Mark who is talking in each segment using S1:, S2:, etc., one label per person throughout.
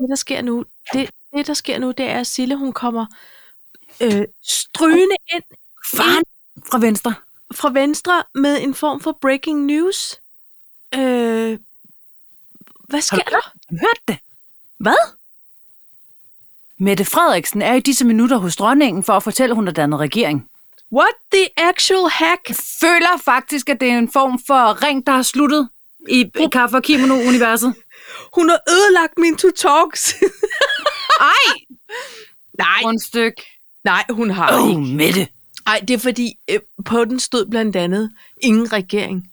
S1: Det, der sker nu, det, det der sker nu, det er, at Sille, hun kommer øh, strygende ind
S2: Faren fra venstre.
S1: fra venstre med en form for breaking news. Øh, hvad sker
S2: du
S1: der?
S2: Hørte det? Hvad? Mette Frederiksen er i disse minutter hos dronningen for at fortælle, at hun har dannet regering.
S1: What the actual hack?
S2: Føler faktisk, at det er en form for ring, der har sluttet i, i kaffe- og kimono-universet.
S1: Hun har ødelagt min to talks.
S2: Ej!
S1: nej,
S2: Rundstyk.
S1: nej, hun har
S2: Åh,
S1: ikke.
S2: oh, Mette.
S1: Nej, det er fordi øh, på den stod blandt andet ingen regering.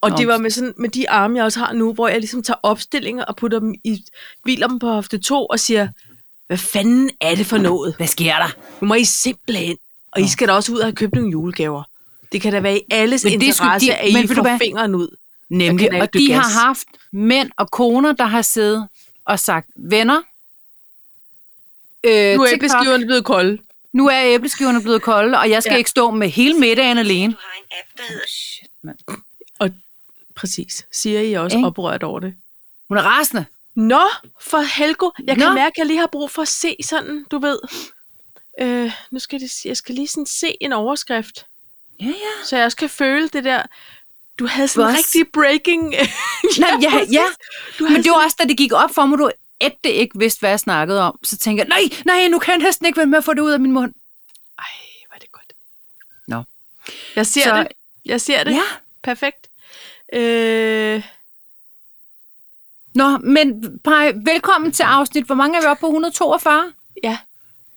S1: Og
S2: Nå,
S1: det var
S2: men-
S1: med, sådan, med de arme, jeg også har nu, hvor jeg ligesom tager opstillinger og putter dem i, hviler dem på hofte 2 og siger, hvad fanden er det for noget?
S2: Hvad sker der?
S1: Nu må I simpelthen, og I skal da også ud og have købt nogle julegaver. Det kan da være i alles
S2: Men
S1: men
S2: det skulle
S1: interesse,
S2: de-
S1: at I
S2: men ved du
S1: får
S2: hvad?
S1: fingeren ud. Jeg
S2: Nemlig,
S1: kan
S2: og
S1: ikke
S2: de
S1: dykke
S2: har
S1: gas.
S2: haft mænd og koner, der har siddet og sagt, venner,
S1: Nu
S2: øh,
S1: er
S2: TikTok,
S1: æbleskiverne blevet kolde.
S2: nu er æbleskiverne blevet kolde, og jeg skal ja.
S1: Ja.
S2: ikke stå med hele middagen alene.
S3: Du har en app, der hedder Shit.
S1: Præcis. Siger I er også
S2: Ikke?
S1: oprørt over det?
S2: Hun er rasende.
S1: Nå, for Helgo. Jeg kan
S2: Nå.
S1: mærke, at jeg lige har brug for at se sådan, du ved. Øh, nu skal det, jeg skal lige sådan se en overskrift,
S2: Ja, ja.
S1: så jeg også kan føle det der... Du havde sådan en
S2: Buzz.
S1: rigtig breaking...
S2: Nej, ja,
S1: præcis.
S2: ja.
S1: Du
S2: Men
S1: havde
S2: det var også, da det gik op for mig, du ægte ikke vidste, hvad jeg snakkede om. Så tænker jeg, nej, nej, nu kan jeg næsten ikke være med at få det ud af min mund.
S1: Ej, hvor er det godt.
S2: Nå.
S1: Jeg ser
S2: Så-
S1: så... det. Jeg ser det.
S2: Ja.
S1: Perfekt. Øh,
S2: Nå, men Paj, velkommen til afsnit. Hvor mange er vi oppe på? 142?
S1: ja.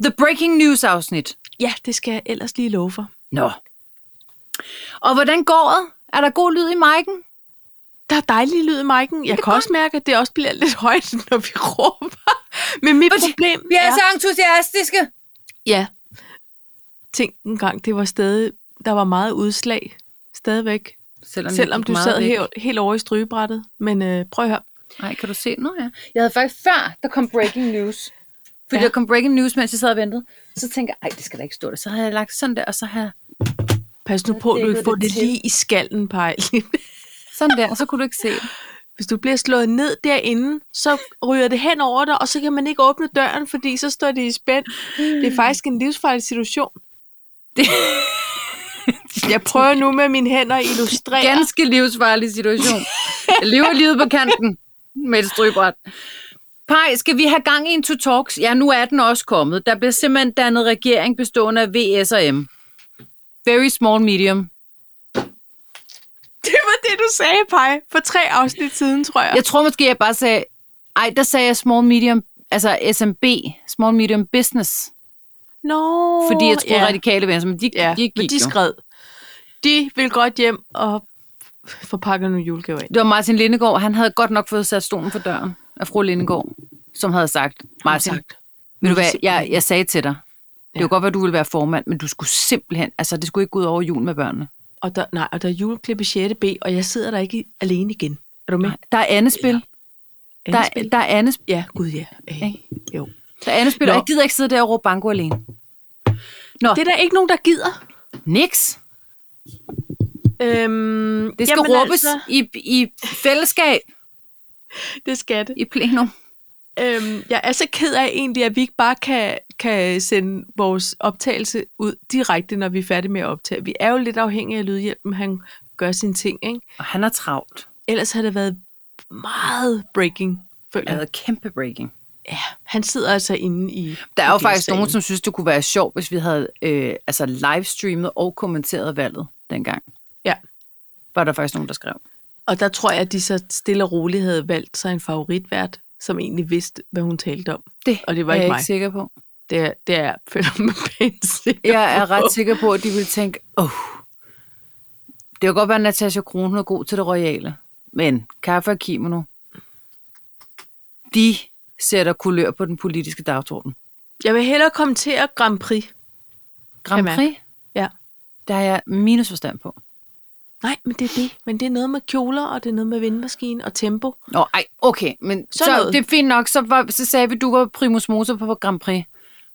S2: The Breaking News afsnit.
S1: ja, det skal jeg ellers lige love for.
S2: Nå. Og hvordan går det? Er der god lyd i mic'en?
S1: Der er dejlig lyd i mic'en. Jeg
S2: er
S1: kan også mærke, at det også bliver lidt højt, når vi råber. Men mit
S2: Fordi
S1: problem
S2: Vi er
S1: er...
S2: så entusiastiske.
S1: Ja. Tænk en gang, det var stadig... Der var meget udslag stadigvæk.
S2: Selvom,
S1: Jamen, selvom du sad helt, helt over i strygebrættet. Men øh, prøv at høre.
S2: Nej, kan du se nu? Ja. Jeg havde faktisk før, der kom breaking news. Fordi ja.
S1: Ja.
S2: der kom breaking news, mens jeg sad og ventede. Så tænkte jeg, ej, det skal da ikke stå der. Så havde jeg lagt sådan der, og så havde
S1: Pas nu på, at du
S2: dækker
S1: ikke får
S2: det
S1: det
S2: til.
S1: lige i skallen, Pejl.
S2: sådan der, og så kunne du ikke se. det.
S1: Hvis du bliver slået ned derinde, så ryger det hen over dig, og så kan man ikke åbne døren, fordi så står det i spænd. Det er faktisk en livsfarlig situation.
S2: Det
S1: Jeg prøver nu med mine hænder at illustrere.
S2: er en ganske livsfarlig situation. Jeg lever livet på kanten med et strygbræt. Pej, skal vi have gang i en to talks? Ja, nu er den også kommet. Der bliver simpelthen dannet regering bestående af VS og M. Very small medium.
S1: Det var det, du sagde, Pej, for tre afsnit siden, tror jeg.
S2: Jeg tror måske, jeg bare sagde... Ej, der sagde jeg small medium, altså SMB, small medium business.
S1: Nå,
S2: Fordi jeg troede
S1: ja,
S2: radikale venstre, men de,
S1: ja,
S2: de
S1: men
S2: gik
S1: de
S2: jo.
S1: skred. De vil godt hjem og få pakket nogle julegaver ind.
S2: Det var Martin Lindegård, han havde godt nok fået sat stolen for døren af fru Lindegård, som havde sagt, Martin,
S1: Sagt. Nu
S2: Ved du
S1: er
S2: hvad,
S1: det
S2: jeg, jeg sagde til dig, det
S1: Ja.
S2: kunne godt være, du ville være formand, men du skulle simpelthen, altså det skulle ikke gå ud over jul med børnene.
S1: Og der, nej, og der er juleklip i 6. B, og jeg sidder der ikke i- alene igen. Er du med?
S2: Nej. Der er andespil. Der, er-
S1: Andespil?
S2: der er andespil,
S1: Ja, gud ja. Øh,
S2: Ikke?
S1: jo.
S2: der er andespil
S1: Nå.
S2: og jeg gider ikke sidde der og råbe banko alene. Nå,
S1: Det
S2: det,
S1: er der ikke nogen, der gider.
S2: niks.
S1: Øhm,
S2: Det skal
S1: jamen
S2: råbes altså. i, i fællesskab,
S1: det skal det.
S2: i plenum.
S1: Øhm, jeg er så ked af egentlig, at vi ikke bare kan, kan sende vores optagelse ud direkte, når vi er færdige med at optage. Vi er jo lidt afhængige af lydhjælpen, han gør sine ting. Ikke?
S2: Og han er travlt.
S1: Ellers har det været meget breaking, føler
S2: Jeg
S1: jeg.
S2: havde kæmpe breaking.
S1: Ja, han sidder altså inde i...
S2: Der er
S1: i
S2: jo faktisk
S1: salen.
S2: nogen, som synes, det kunne være sjovt, hvis vi havde øh, altså livestreamet og kommenteret valget dengang.
S1: Ja.
S2: Var der faktisk nogen, der skrev.
S1: Og der tror jeg, at de så stille og roligt havde valgt sig en favoritvært, som egentlig vidste, hvad hun talte om.
S2: Det,
S1: Og det var
S2: er
S1: ikke
S2: jeg ikke
S1: mig.
S2: sikker på.
S1: Det er, det er jeg føler mig pænt sikker
S2: Jeg er
S1: på.
S2: ret sikker på, at de ville tænke, åh, oh, det kan godt være, at Natasha Kron er god til det royale, men kaffe og kimono, de sætter kulør på den politiske dagsorden.
S1: Jeg vil hellere kommentere Grand Prix.
S2: Grand
S1: Kan
S2: Prix,
S1: Ja.
S2: der er jeg minus forstand på.
S1: Nej, men det er det. Men det er noget med kjoler, og det er noget med vindmaskine og tempo.
S2: Nå, ej, okay, men så,
S1: Sådan
S2: så
S1: noget.
S2: det er fint nok, så, var, så sagde vi, du var primus motor på Grand Prix.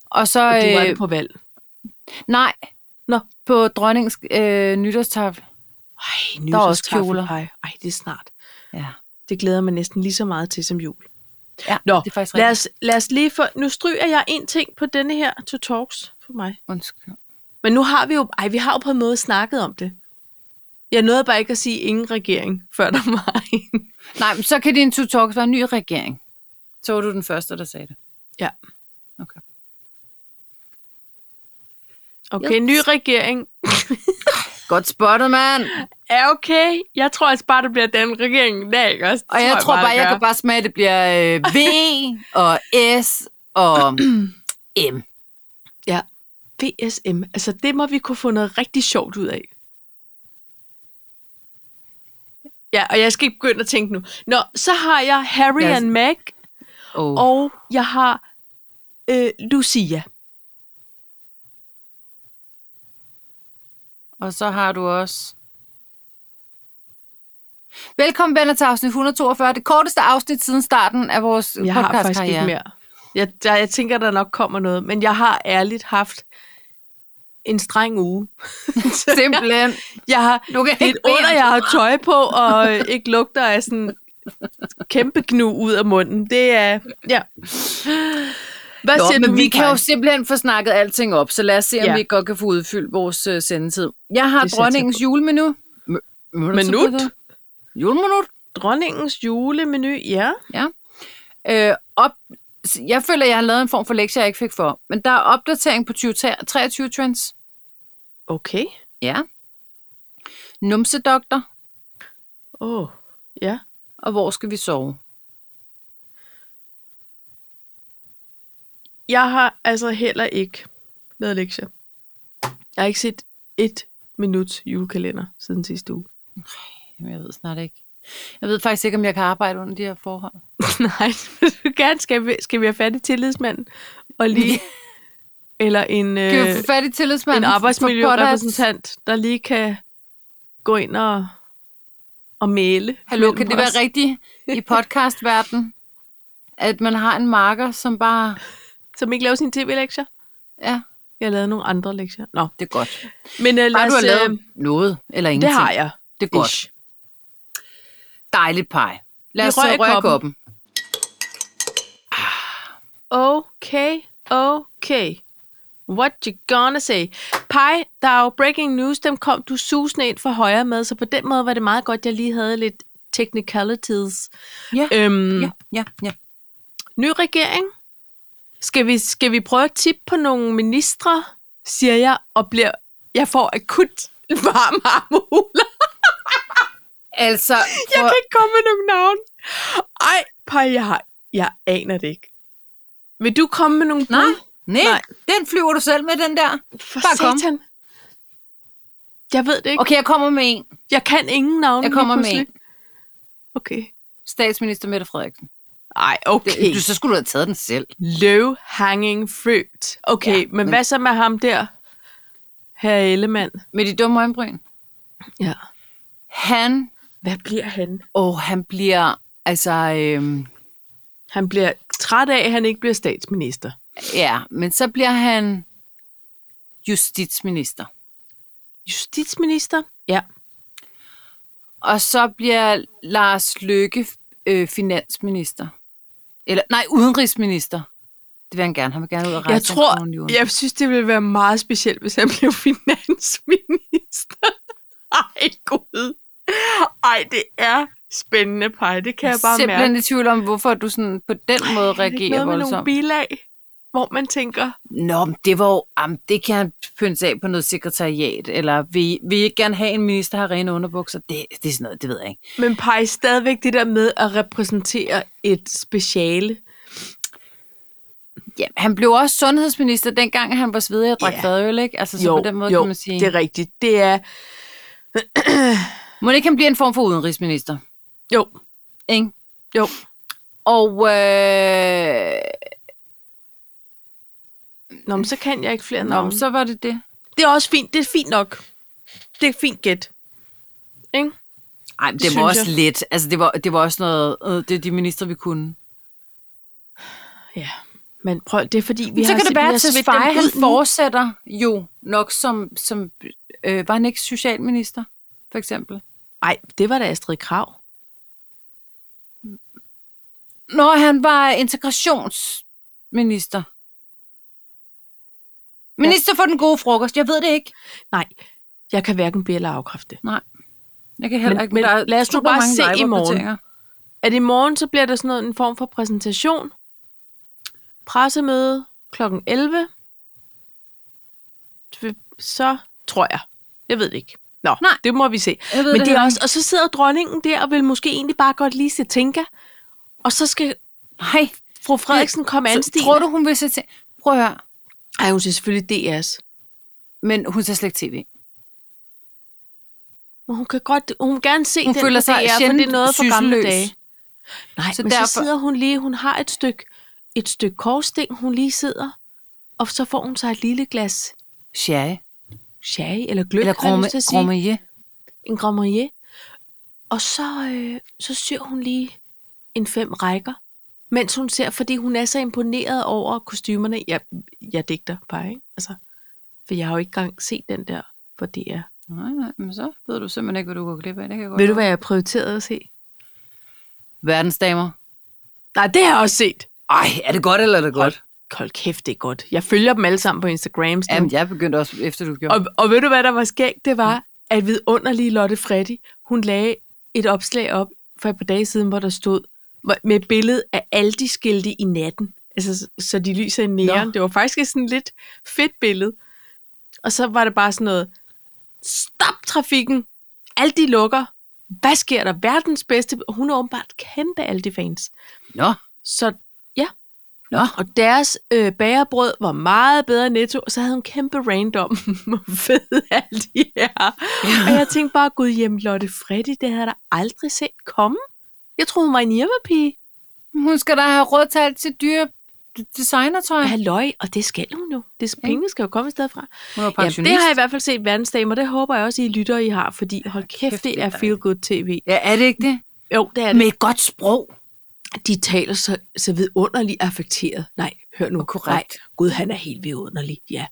S2: Og så,
S1: Og du var
S2: øh,
S1: det på valg.
S2: nej,
S1: Nå.
S2: på dronningens øh, nytårstafel.
S1: Ej,
S2: der er også kjoler.
S1: Ej, ej, det er snart.
S2: Ja.
S1: Det glæder jeg mig næsten lige så meget til som jul.
S2: Ja,
S1: Nå,
S2: det er faktisk
S1: Lad
S2: rigtigt.
S1: os, lad os lige få... Nu stryger jeg en ting på denne her to talks for mig.
S2: Undskyld.
S1: Men nu har vi jo... Ej, vi har jo på en måde snakket om det. Jeg nåede bare ikke at sige ingen regering, før der var en.
S2: Nej, men så kan din to talks være en ny regering. Så var du den første, der sagde det.
S1: Ja.
S2: Okay.
S1: Okay, en ny regering.
S2: Godt spottet, mand.
S1: Ja, okay. Jeg tror altså bare, det bliver den regering i dag, ikke også? Det
S2: Og jeg tror bare,
S1: det
S2: jeg
S1: gør.
S2: kan bare smage, at det bliver øh, V og S og M.
S1: Ja. VSM. Altså, det må vi kunne få noget rigtig sjovt ud af. Ja, og jeg skal ikke begynde at tænke nu. Nå, så har jeg Harry
S2: Lad os-
S1: yes. and Meg,
S2: Oh. Og
S1: og jeg har øh, Lucia.
S2: Og så har du også... Velkommen, venner, til afsnit 142. Det korteste afsnit siden starten af vores
S1: Jeg har faktisk ikke
S2: podcastkarriere.
S1: mere. Jeg, der, jeg tænker, der nok kommer noget, men jeg har ærligt haft en streng uge. Så
S2: Simpelthen.
S1: jeg har,
S2: Du kan
S1: det er
S2: ikke
S1: et under,
S2: bede
S1: jeg
S2: om-
S1: har tøj på, og øh, ikke lugter af sådan kæmpe gnu ud af munden. Det er, ja. Hvad
S2: Nå,
S1: siger
S2: men
S1: du,
S2: vi
S1: Michael?
S2: kan jo simpelthen få snakket alting op, så lad os se, om
S1: Ja.
S2: vi godt kan få udfyldt vores uh, sendetid. Jeg har
S1: Det satser jeg
S2: dronningens
S1: på.
S2: julemenu.
S1: Minut?
S2: Juleminut.
S1: Dronningens julemenu, ja.
S2: Øh, op, jeg føler, jeg har lavet en form for lektie, jeg ikke fik for. Men der er opdatering på 2023-trends.
S1: Okay.
S2: Ja. Numsedoktor.
S1: Åh, oh, ja.
S2: Og hvor skal vi sove?
S1: Jeg har altså heller ikke lavet lektier. Jeg har ikke set et minut julekalender siden sidste uge.
S2: Jamen, jeg ved snart ikke. Jeg ved faktisk ikke, om jeg kan arbejde under de her forhold.
S1: Nej, hvis vi gerne skal vi, skal vi have fat i tillidsmanden og
S2: Øh,
S1: lige... Eller en, øh,
S2: Kan vi få fat i tillidsmanden?
S1: en
S2: for- for
S1: arbejdsmiljørepræsentant, der lige kan gå ind og, og mæle.
S2: Hallo,
S1: mellem
S2: kan det
S1: os.
S2: være rigtigt i podcastverdenen, at man har en marker, som bare...
S1: Som ikke laver sine tv-lektier?
S2: Ja,
S1: Jeg har lavet nogle andre lektier. Nå,
S2: det er godt.
S1: men øh, lad
S2: Bare
S1: os,
S2: du har
S1: øh,
S2: lavet noget eller
S1: det
S2: ingenting.
S1: har jeg.
S2: Det er godt.
S1: Ish.
S2: Dejligt pej. Lad
S1: Vi
S2: os så
S1: rører i
S2: røre
S1: koppen.
S2: koppen.
S1: Okay, okay. What you gonna say? Pai, der er jo breaking news, dem kom du susende ind for højre med, så på den måde var det meget godt, jeg lige havde lidt technicalities.
S2: Ja,
S1: Øhm,
S2: ja, ja, ja.
S1: Ny regering? Skal vi, skal vi prøve at tippe på nogle ministre, siger jeg, og bliver, jeg får akut varm armhuler.
S2: Altså,
S1: Jeg
S2: for,
S1: kan ikke komme med nogle navn. Ej, Pai, jeg, har, jeg aner det ikke. Vil du komme med nogle bud?
S2: nej, nej,
S1: Nej.
S2: nej, den flyver du selv med, den der.
S1: For
S2: Bare kom.
S1: satan. Jeg ved det ikke. Okay.
S2: Okay, jeg kommer med en.
S1: Jeg kan ingen navne
S2: Jeg
S1: lige
S2: kommer med
S1: pludselig.
S2: en.
S1: Okay.
S2: Statsminister Mette Frederiksen.
S1: Ej, okay.
S2: Det, du, så skulle du have taget den selv.
S1: Low-hanging fruit. Okay,
S2: Ja,
S1: ja, men, men
S2: men-
S1: hvad så med ham der? Herre Ellemann.
S2: Med de dumme øjenbryn.
S1: Ja.
S2: Han,
S1: Hvad bliver han?
S2: åh, han bliver, altså, øhm,
S1: Han bliver træt af, at han ikke bliver statsminister.
S2: ja, men så bliver han justitsminister.
S1: Justitsminister? Ja.
S2: Og så bliver Lars Løkke øh, finansminister. Eller, nej, udenrigsminister. Det vil han gerne. Han vil gerne ud og rejse.
S1: Jeg
S2: rundt i
S1: tror,
S2: jorden.
S1: jeg synes, det ville være meget specielt, hvis han blev finansminister. Ej, gud. Ej, det er spændende, Paj. Det kan jeg bare mærke.
S2: Simpelthen i tvivl om, hvorfor du sådan på den måde
S1: Er det ikke
S2: reagerer
S1: noget med nogle
S2: voldsomt.
S1: bilag, hvor man tænker,
S2: Nå, men det var jo, jamen, det kan han pynte af på noget sekretariat, eller vi vil I ikke gerne have en minister, der har rene underbukser. Det, det er sådan noget, det ved jeg ikke.
S1: men pege stadigvæk det der med at repræsentere et speciale.
S2: Ja, han blev også sundhedsminister dengang, han var svedig og drak
S1: Ja.
S2: yeah. fadøl, ikke? Altså, så på den måde
S1: jo,
S2: kan man sige.
S1: det er rigtigt. Det er,
S2: Må det ikke han bliver en form for udenrigsminister,
S1: jo,
S2: ikke?
S1: jo.
S2: Og øh,
S1: Nå, men så kan jeg ikke flere
S2: nå,
S1: navne.
S2: men så var det det.
S1: Det er også fint, det er fint nok. Det er et fint gæt. Ikke?
S2: Ej, men det,
S1: synes
S2: var også
S1: jeg.
S2: lidt. Altså, det var, det var også noget, øh, det er de minister, vi kunne.
S1: Ja, men prøv, det er fordi, vi
S2: Vi så
S1: har
S2: kan det være, at
S1: simpelthen
S2: Tesfaye, han
S1: smidt dem ud nu.
S2: fortsætter jo nok som, som øh, var han ikke socialminister, for eksempel?
S1: Nej, det var da Astrid Krav.
S2: Når han var integrationsminister. Minister for den gode frokost. Jeg ved det ikke.
S1: Nej, jeg kan hverken be eller afkræfte det.
S2: Jeg kan heller
S1: Men-
S2: ikke.
S1: men
S2: der er
S1: lad os nu
S2: super
S1: bare
S2: mange
S1: se i morgen.
S2: liveopdateringer.
S1: At i morgen, så bliver der sådan noget, en form for præsentation. Pressemøde kl. 11. Så tror jeg. Jeg ved det ikke. Nå,
S2: Nej.
S1: det må vi se.
S2: Jeg ved
S1: Men
S2: det
S1: det er
S2: heller
S1: også, og så sidder dronningen der og vil måske egentlig bare godt lige se Tinka. Og så skal
S2: Nej.
S1: fru Frederiksen komme
S2: Så,
S1: anstigende.
S2: tror du, hun vil se til? Prøv at høre.
S1: Ej, hun ser selvfølgelig DR's.
S2: Men hun ser slet ikke tv.
S1: Men hun kan godt, hun vil gerne se
S2: Hun
S1: den
S2: føler
S1: på
S2: sig
S1: DR, for
S2: sjældent
S1: det er noget fra gamle
S2: sysseløs.
S1: dage. Nej,
S2: Så
S1: så men derfor... så
S2: derfor-
S1: sidder hun lige, hun har et stykke, et stykke korsting, hun lige sidder, og så får hun sig et lille glas
S2: Sherry.
S1: sherry, eller gløb,
S2: Eller
S1: har jeg
S2: gromme,
S1: lyst til at sige.
S2: gromme
S1: en grammerier. Og så, øh, så syr hun lige en fem rækker, mens hun ser, fordi hun er så imponeret over kostymerne. Jeg, jeg digter bare, ikke? Altså, for jeg har jo ikke engang set den der på DR. Ja.
S2: Nej, nej, men så ved du simpelthen ikke, hvad du går glip af. Det kan jeg godt
S1: Ved du,
S2: høre.
S1: hvad jeg prioriterede at se?
S2: Verdensdamer.
S1: Nej, det har jeg også set.
S2: Ej, er det godt, eller er det godt?
S1: Hold kæft, det er godt. Jeg følger dem alle sammen på Instagram. sådan
S2: Jamen, jeg begyndte også, efter du gjorde.
S1: Og, og ved du, hvad der var skægt? Det var,
S2: Mm.
S1: at vidunderlige Lotte Freddy, hun lagde et opslag op for et par dage siden, hvor der stod hvor- med et billede af Aldi-skilte i natten. Altså, så- så de lyser i næren.
S2: Nå.
S1: Det var faktisk et sådan lidt fedt billede. Og så var det bare sådan noget, stop trafikken, Aldi lukker. Hvad sker der? Verdens bedste. Hun er åbenbart kæmpe Aldi-fans.
S2: Nå,
S1: Så
S2: nå.
S1: og deres øh, bagerbrød var meget bedre i netto, og så havde hun kæmpe random, hvor fede alt de her. Og jeg tænkte bare, gud hjem, Lotte Freddy, det havde jeg da aldrig set komme. Jeg troede, hun var en hjemmepige.
S2: Hun skal da have råd til alt sit dyre designertøj.
S1: Halløj, og det skal hun jo. Det, pengene skal jo komme et sted fra.
S2: Hun er
S1: Ja, det har jeg i hvert fald set verdensdame, og det håber jeg også, I lytter, I har, fordi hold kæft, det
S2: det
S1: er
S2: er
S1: feel good tv.
S2: Ja, er det ikke det?
S1: Jo, det er det.
S2: Med et godt sprog.
S1: De taler så, så vidunderligt affekteret. Nej, hør nu.
S2: korrekt.
S1: Nej, Gud, han er helt vidunderlig. Ja.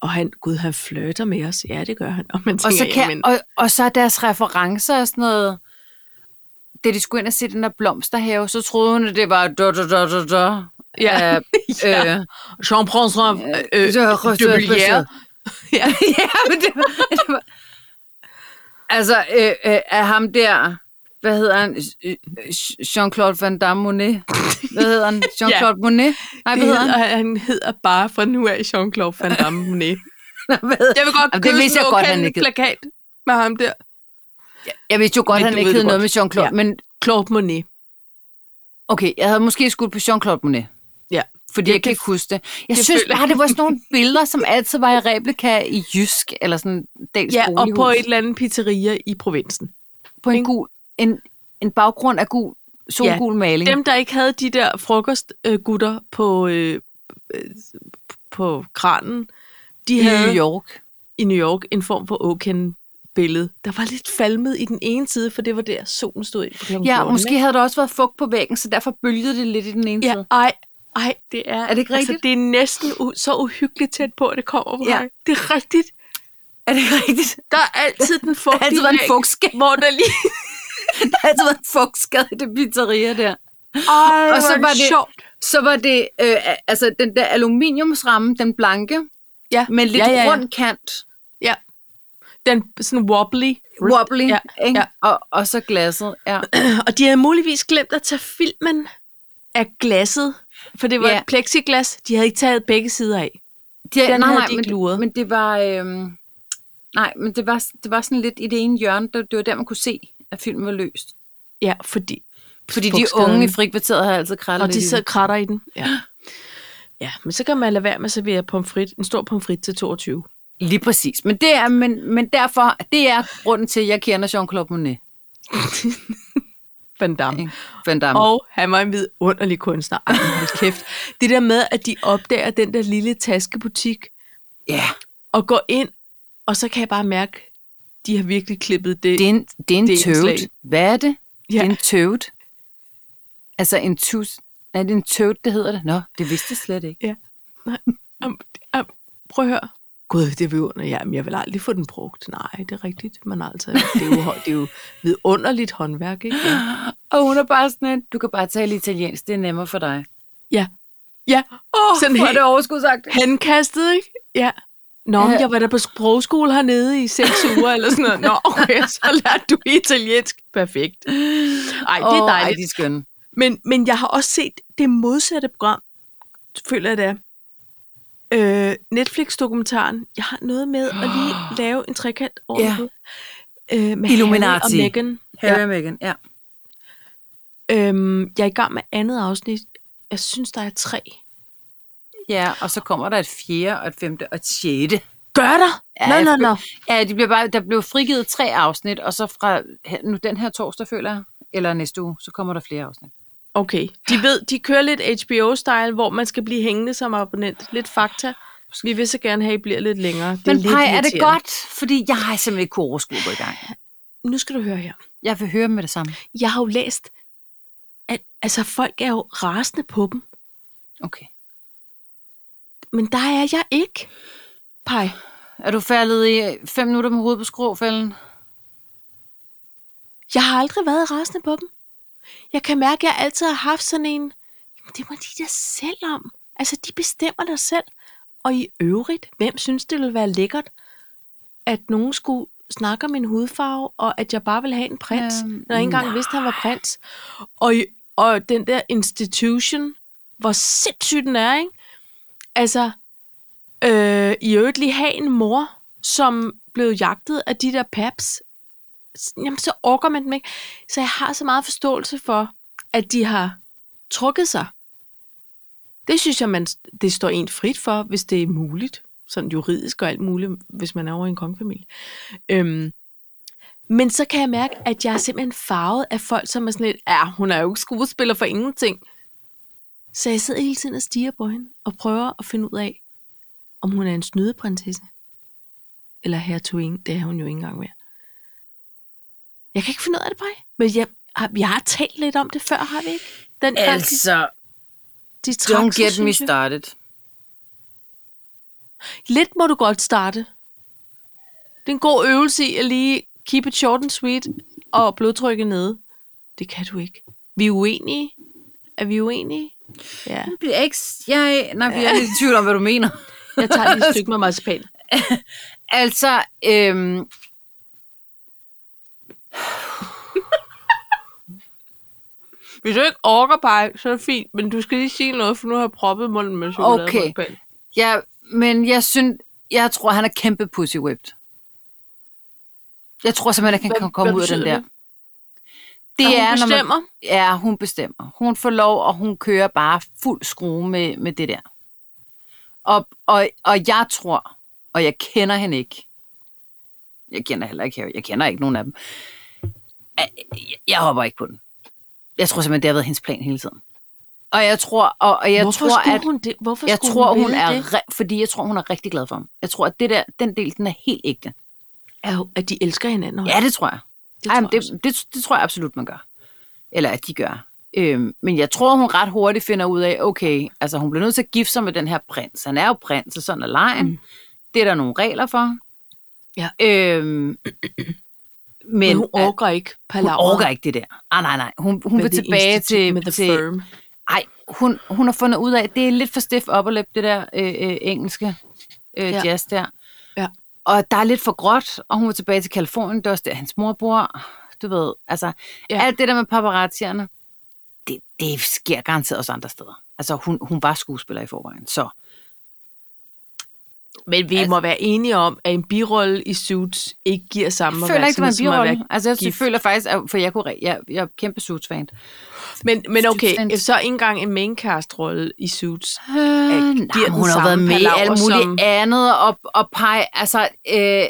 S1: Og han, Gud, han flirter med os. Ja, det gør han. Og, man
S2: Og
S1: tænker,
S2: så, kan,
S1: jamen,
S2: og, og så er deres referencer og sådan noget. Da de skulle ind og se den der blomsterhave, så troede hun, at det var da da da da da.
S1: Ja.
S2: Af,
S1: Ja.
S2: øh,
S1: Jean-François øh, øh,
S2: så-
S1: de Villiers. Ja.
S2: ja, men det var, det var, altså, øh, øh, af ham der, hvad hedder han? Øh, øh, Jean-Claude Van Damme Monet. Hvad hedder han? Jean-Claude Monet? Nej,
S1: Det
S2: hvad hedder han?
S1: hedder, han hedder bare fra nu af Jean-Claude Van Damme Monet.
S2: Hvad hedder-
S1: Jeg vil godt
S2: Jamen, det
S1: købe
S2: vidste jeg
S1: sådan en
S2: godt, han
S1: lokal
S2: ikke hed.
S1: plakat med ham der.
S2: Jeg vidste jo godt,
S1: Men
S2: han
S1: du
S2: ikke
S1: ved det
S2: hed noget med
S1: godt.
S2: Jean-Claude,
S1: Ja.
S2: men
S1: Claude Monet.
S2: okay, jeg havde måske skudt på Jean-Claude Monet.
S1: Ja.
S2: Fordi
S1: Ja,
S2: jeg, jeg kan
S1: det-
S2: ikke huske det. Jeg
S1: det
S2: det synes
S1: føler
S2: bare, det var sådan nogle billeder, som altid var i replika i Jysk, eller sådan Dals
S1: Ja, og på
S2: Bolighus.
S1: et eller andet pizzeria i provinsen.
S2: på en
S1: ikke?
S2: gul, en, en baggrund af gul, solgul ja. maling.
S1: Dem, der ikke havde de der frokostgutter på, øh, øh, på kranen, de
S2: i
S1: havde
S2: New York.
S1: i New York en form for åken billede. Der var lidt falmet i den ene side, for det var der, solen stod ind på kl.
S2: Ja,
S1: 14,
S2: måske havde der også været fugt på væggen, så derfor bølgede det lidt i den ene
S1: ikke? Ja,
S2: side.
S1: ej, ej, det er... altså,
S2: Er det ikke rigtigt?
S1: det er næsten u- så uhyggeligt tæt på, at det kommer på
S2: Ja.
S1: mig. Det er rigtigt.
S2: Er det ikke rigtigt?
S1: Der er altid den
S2: Der har
S1: fugtige
S2: altid været en
S1: væg,
S2: fugtskade,
S1: Hvor der lige...
S2: der har altid været en fugtskade i det pizzeria der.
S1: Ej,
S2: Og så
S1: hvor er
S2: var det-
S1: sjovt.
S2: Så var det, øh, altså den der aluminiumsramme, den blanke,
S1: Ja,
S2: med lidt
S1: ja, ja, ja.
S2: rund kant,
S1: Ja. Den sådan wobbly.
S2: wobbly,
S1: Ja,
S2: ja, ikke?
S1: ja.
S2: Ja. Og, og så glasset, ja.
S1: Og de havde muligvis glemt at tage filmen af glasset, for det var
S2: Ja.
S1: et plexiglas. De havde ikke taget begge sider af.
S2: De,
S1: Den havde de ikke
S2: men,
S1: luret.
S2: Men det var, øhm, nej, men det var, det var sådan lidt i det ene hjørne, det, det var der, man kunne se, at filmen var løst.
S1: Ja, fordi
S2: Fordi de
S1: Fugtskaden.
S2: unge i frikvarteret havde altid krællet
S1: Og de
S2: lidt i
S1: sidder
S2: det.
S1: og kratter i den. Ja. ja, men så kan man lade være med at servere pomfrit, en stor pomfrit til 22.
S2: Lige præcis. Men, det er, men, men derfor, det er grunden til, at jeg kender Jean-Claude Monet.
S1: Van Damme.
S2: ikke? Van Damme. Og,
S1: Og han var en vidunderlig kunstner. Ej, men hold kæft. Det der med, at de opdager den der lille taskebutik
S2: ja,
S1: og går ind, og så kan jeg bare mærke, de har virkelig klippet det.
S2: det er en, det er en
S1: Det er indslag.
S2: tøvd. Hvad er det? Ja. Det
S1: Ja.
S2: er en tøvd. Altså en tus... Er det en tøvd, det hedder det? Nå, det vidste jeg slet ikke.
S1: Am, am, prøv at høre. Gud, det er vidunderligt. Jamen, jeg vil aldrig få den brugt. Nej, det er rigtigt. Men altså, det er jo, hø- det er jo vidunderligt håndværk, ikke? Ja.
S2: Og hun er bare sådan en, du kan bare tale italiensk, det er nemmere for dig.
S1: Ja,
S2: Åh, oh,
S1: Sådan
S2: sådan hvor er
S1: helt-
S2: det overskudsagt.
S1: henkastet, ikke? Ja. Nå,
S2: Ja.
S1: men jeg var da på sprogskole hernede i seks uger eller sådan noget. Nå, okay, så lærte du italiensk. Perfekt. Ej, det er
S2: Åh, Ej,
S1: dejligt.
S2: de er skønne.
S1: Men, men jeg har også set det modsatte program, føler jeg det er. Øh, Netflix-dokumentaren. Jeg har noget med at lige lave en trekant over
S2: Ja.
S1: ja. øh, med Harry og
S2: Illuminati.
S1: Meghan.
S2: Harry og Meghan, ja.
S1: Øhm, jeg er i gang med andet afsnit. Jeg synes, der er tre.
S2: Ja, og så kommer der et fjerde, og et femte, og et sjette.
S1: Gør der?
S2: Ja,
S1: Ja,
S2: jeg
S1: nå, nå,
S2: føler-
S1: nå.
S2: Ja, de bliver bare, der blev frigivet tre afsnit, og så fra her- nu den her torsdag, føler jeg, eller næste uge, så kommer der flere afsnit.
S1: Okay, de ved, de kører lidt HBO-style, hvor man skal blive hængende som abonnent. Lidt fakta. Vi vil så gerne have, at I bliver lidt længere. Det er
S2: Men
S1: lidt
S2: Paj, er det
S1: irriterende.
S2: godt? Fordi jeg har simpelthen ikke kunne overskue gå i gang.
S1: Nu skal du høre her.
S2: Jeg vil høre dem med det samme.
S1: Jeg har jo læst, at altså, folk er jo rasende på dem.
S2: Okay.
S1: Men der er jeg ikke. Pej.
S2: Er du faldet i fem minutter med hovedet på skråfælden?
S1: Jeg har aldrig været rasende på dem. Jeg kan mærke, at jeg altid har haft sådan en, "Jamen, det må de da selv om. Altså, de bestemmer dig selv. Og i øvrigt, hvem synes, det ville være lækkert, at nogen skulle snakke om min hudfarve, og at jeg bare ville have en prins,
S2: Øhm,
S1: når jeg ikke engang vidste, at han var prins. Og, i- og den der institution, hvor sindssyg den er, ikke? Altså, øh, i øvrigt lige have en mor, som blev jagtet af de der paps jamen, så orker man dem ikke. Så jeg har så meget forståelse for, at de har trukket sig. Det synes jeg, man, det står en frit for, hvis det er muligt. Sådan juridisk og alt muligt, hvis man er over i en kongefamilie. Øhm, men så kan jeg mærke, at jeg er simpelthen farvet af folk, som er sådan lidt, ja, hun er jo ikke skuespiller for ingenting. Så jeg sidder hele tiden og stiger på hende, og prøver at finde ud af, om hun er en snydeprinsesse. Eller hertuginde, det er hun jo ikke engang mere. Jeg kan ikke finde ud af det, Brej. Men jeg har, vi har talt lidt om det før, har vi ikke? Den faktisk, de trak
S2: Altså, don't
S1: sig,
S2: get me
S1: synes jeg.
S2: started.
S1: Lidt må du godt starte. Det er en god øvelse i at lige keep it short and sweet og blodtrykket nede. Det kan du ikke. Vi er uenige. Er vi uenige? Ja.
S2: Jeg er ikke, jeg, nej, jeg er lidt i tvivl om, hvad du mener.
S1: Jeg tager lige et stykke med marcipan.
S2: Altså, øhm...
S1: Hvis du ikke orker pej, så er det fint, men du skal lige sige noget, for nu har jeg proppet munden med chokolade.
S2: Okay.
S1: marcipan.
S2: Ja, men jeg synes, jeg tror, han er kæmpe pussy whipped. Jeg tror simpelthen, at han
S1: Hvad-
S2: kan komme
S1: hvad
S2: ud af den
S1: betyder
S2: der.
S1: det? Det er, hun
S2: når man,
S1: bestemmer.
S2: Ja, hun bestemmer. Hun får lov, og hun kører bare fuld skrue med, med det der. Og, og, og jeg tror, og jeg kender hende ikke. Jeg kender heller ikke Harry. Jeg kender ikke nogen af dem. Jeg, jeg- jeg hopper ikke på den. Jeg tror simpelthen, det har været hendes plan hele tiden. Og jeg tror, og, og jeg
S1: Hvorfor
S2: tror,
S1: skulle
S2: at
S1: hun det? Hvorfor
S2: jeg
S1: skulle
S2: tror, hun
S1: vælge
S2: er,
S1: det?
S2: re- fordi jeg tror, hun er rigtig glad for ham. Jeg tror, at det der, den del, den er helt ægte.
S1: Er hun- At de elsker hinanden.
S2: Ja, det tror jeg.
S1: det,
S2: Det, Ej,
S1: tror
S2: men
S1: jeg også.
S2: det, det, det tror jeg absolut, man gør. Eller at de gør. Øhm, men jeg tror, hun ret hurtigt finder ud af, okay, altså hun bliver nødt til at gifte sig med den her prins. Han er jo prins, og sådan er lejen.
S1: Mm.
S2: Mm. Det er der nogle regler for.
S1: Ja.
S2: Øhm, men,
S1: men hun
S2: at-
S1: orker ikke
S2: hun
S1: palaveret
S2: orker ikke det der. Ah, nej, nej. Hun, hun
S1: med
S2: vil
S1: det
S2: tilbage
S1: institut
S2: til...
S1: Med the
S2: til
S1: firm.
S2: ej, hun, hun har fundet ud af, at det er lidt for stiff opperlæb, det der øh, øh, engelske øh,
S1: Ja.
S2: ja. jazz der.
S1: Ja.
S2: Og der er lidt for gråt, og hun er tilbage til Kalifornien, det er også der, hans mor bor. Du ved, altså,
S1: Ja.
S2: ja. alt det der med paparazzierne, det, det sker garanteret også andre steder. Altså, hun, hun var skuespiller i forvejen, så...
S1: Men vi altså,
S2: Altså-
S1: må være enige om, at en birolle i Suits ikke giver samme
S2: Jeg føler ikke, det var en
S1: opmærksomhed som at være-
S2: birolle. Altså, jeg
S1: gift.
S2: føler faktisk, at, for jeg, kunne, re- jeg, jeg er kæmpe Suits-fan.
S1: Men, men okay,
S2: Fuldstændig.
S1: så ikke engang en maincast-rolle i Suits.
S2: Øh, nej,
S1: den
S2: hun har
S1: samme
S2: været med i
S1: palaver
S2: alt muligt
S1: som-
S2: som... andet, og, og pej, altså, øh, ja,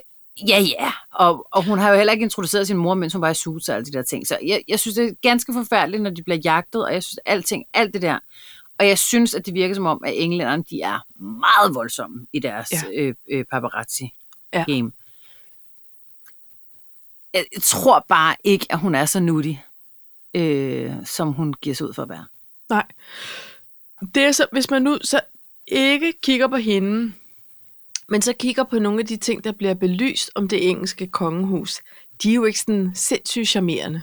S2: ja. Og, og hun har jo heller ikke introduceret sin mor, mens hun var i suits og alle de der ting. Så jeg, jeg synes, det er ganske forfærdeligt, når de bliver jagtet, og jeg synes, alting, alt det der. Og jeg synes, at det virker som om, at englænderne, de er meget voldsomme i deres
S1: Ja.
S2: ja. øh, øh, paparazzi-game.
S1: Ja.
S2: Jeg tror bare ikke, at hun er så nuttig, øh, som hun giver sig ud for at være.
S1: Nej. Det er så, hvis man nu så ikke kigger på hende, men så kigger på nogle af de ting, der bliver belyst om det engelske kongehus, de er jo ikke sådan sindssygt charmerende.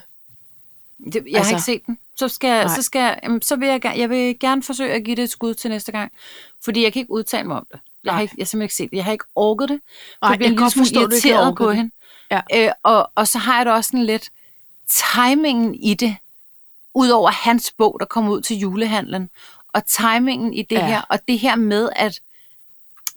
S2: Det, jeg altså,
S1: Altså.
S2: har ikke set den. Så skal, jeg-
S1: Nej.
S2: så skal jeg- jamen, så vil jeg, gerne- jeg vil gerne forsøge at give det et skud til næste gang, fordi jeg kan ikke udtale mig om det. Jeg har,
S1: Nej.
S2: ikke, jeg har simpelthen ikke set det. Jeg har ikke orket det.
S1: Nej,
S2: jeg bliver
S1: jeg
S2: en
S1: kan
S2: lille
S1: godt
S2: smule
S1: forstå, du ikke har
S2: irriteret
S1: orket
S2: på
S1: det.
S2: hende. Øh, og, og så har jeg da også sådan lidt timingen i det, udover hans bog, der kom ud til julehandlen, og timingen i det
S1: Ja.
S2: ja. her, og det her med, at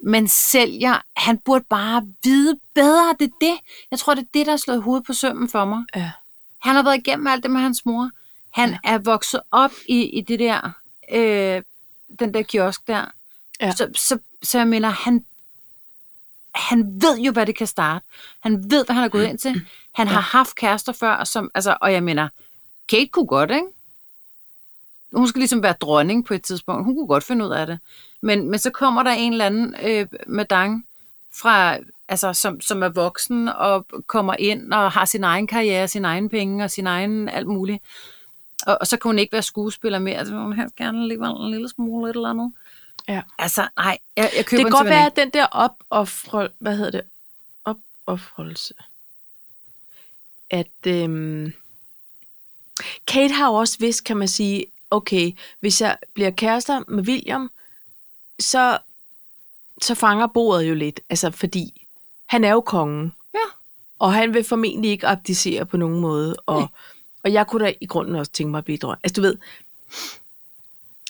S2: man sælger, han burde bare vide bedre, det er det. Jeg tror, det er det, der har slået hovedet på sømmen for mig.
S1: Ja.
S2: Han har været igennem alt det med hans mor. Han ja. er vokset op i, i det der, øh, den der kiosk der.
S1: Ja.
S2: Så, så, så jeg mener, han, han ved jo, hvad det kan starte. Han ved, hvad han er
S1: Mm.
S2: gået ind til. Han har haft kærester før, som, altså, og jeg mener, Kate kunne godt, ikke? Hun skal ligesom være dronning på et tidspunkt. Hun kunne godt finde ud af det. Men, men så kommer der en eller anden øh, madang, fra, altså, som, som er voksen og kommer ind og har sin egen karriere, sin egen penge og sin egen alt muligt. Og, og så kan hun ikke være skuespiller mere, så vil hun helst gerne alligevel en lille smule et eller andet.
S1: Ja.
S2: Altså, nej, jeg, jeg køber
S1: Det kan
S2: den
S1: godt være,
S2: simpelthen
S1: at den der opoffrel... Hvad hedder det? Opoffrelse. At... Øhm, Kate har jo også vidst, kan man sige, okay, hvis jeg bliver kærester med William, så, så fanger bordet jo lidt. Altså, fordi han er jo kongen.
S2: Ja.
S1: Og han vil formentlig ikke abdicere på nogen måde. Og, og jeg kunne da i grunden også tænke mig at blive dronning. Altså, du ved,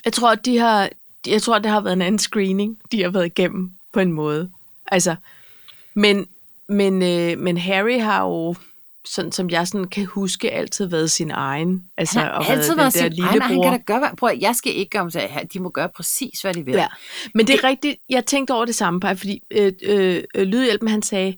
S1: jeg tror, at de har, jeg tror, det har været en anden screening, de har været igennem på en måde. Altså, men, men, øh, men Harry har jo, sådan som jeg sådan kan huske, altid været sin egen. Altså,
S2: Han har
S1: og
S2: altid været
S1: den der
S2: sin egen, og han
S1: lillebror.
S2: kan da gøre, hvad- prøv at, jeg skal ikke gøre om, så de må gøre præcis, hvad de vil.
S1: Ja. Men det er rigtigt, jeg tænkte over det samme, Paj, fordi øh, øh, øh, Lydhjælpen han sagde,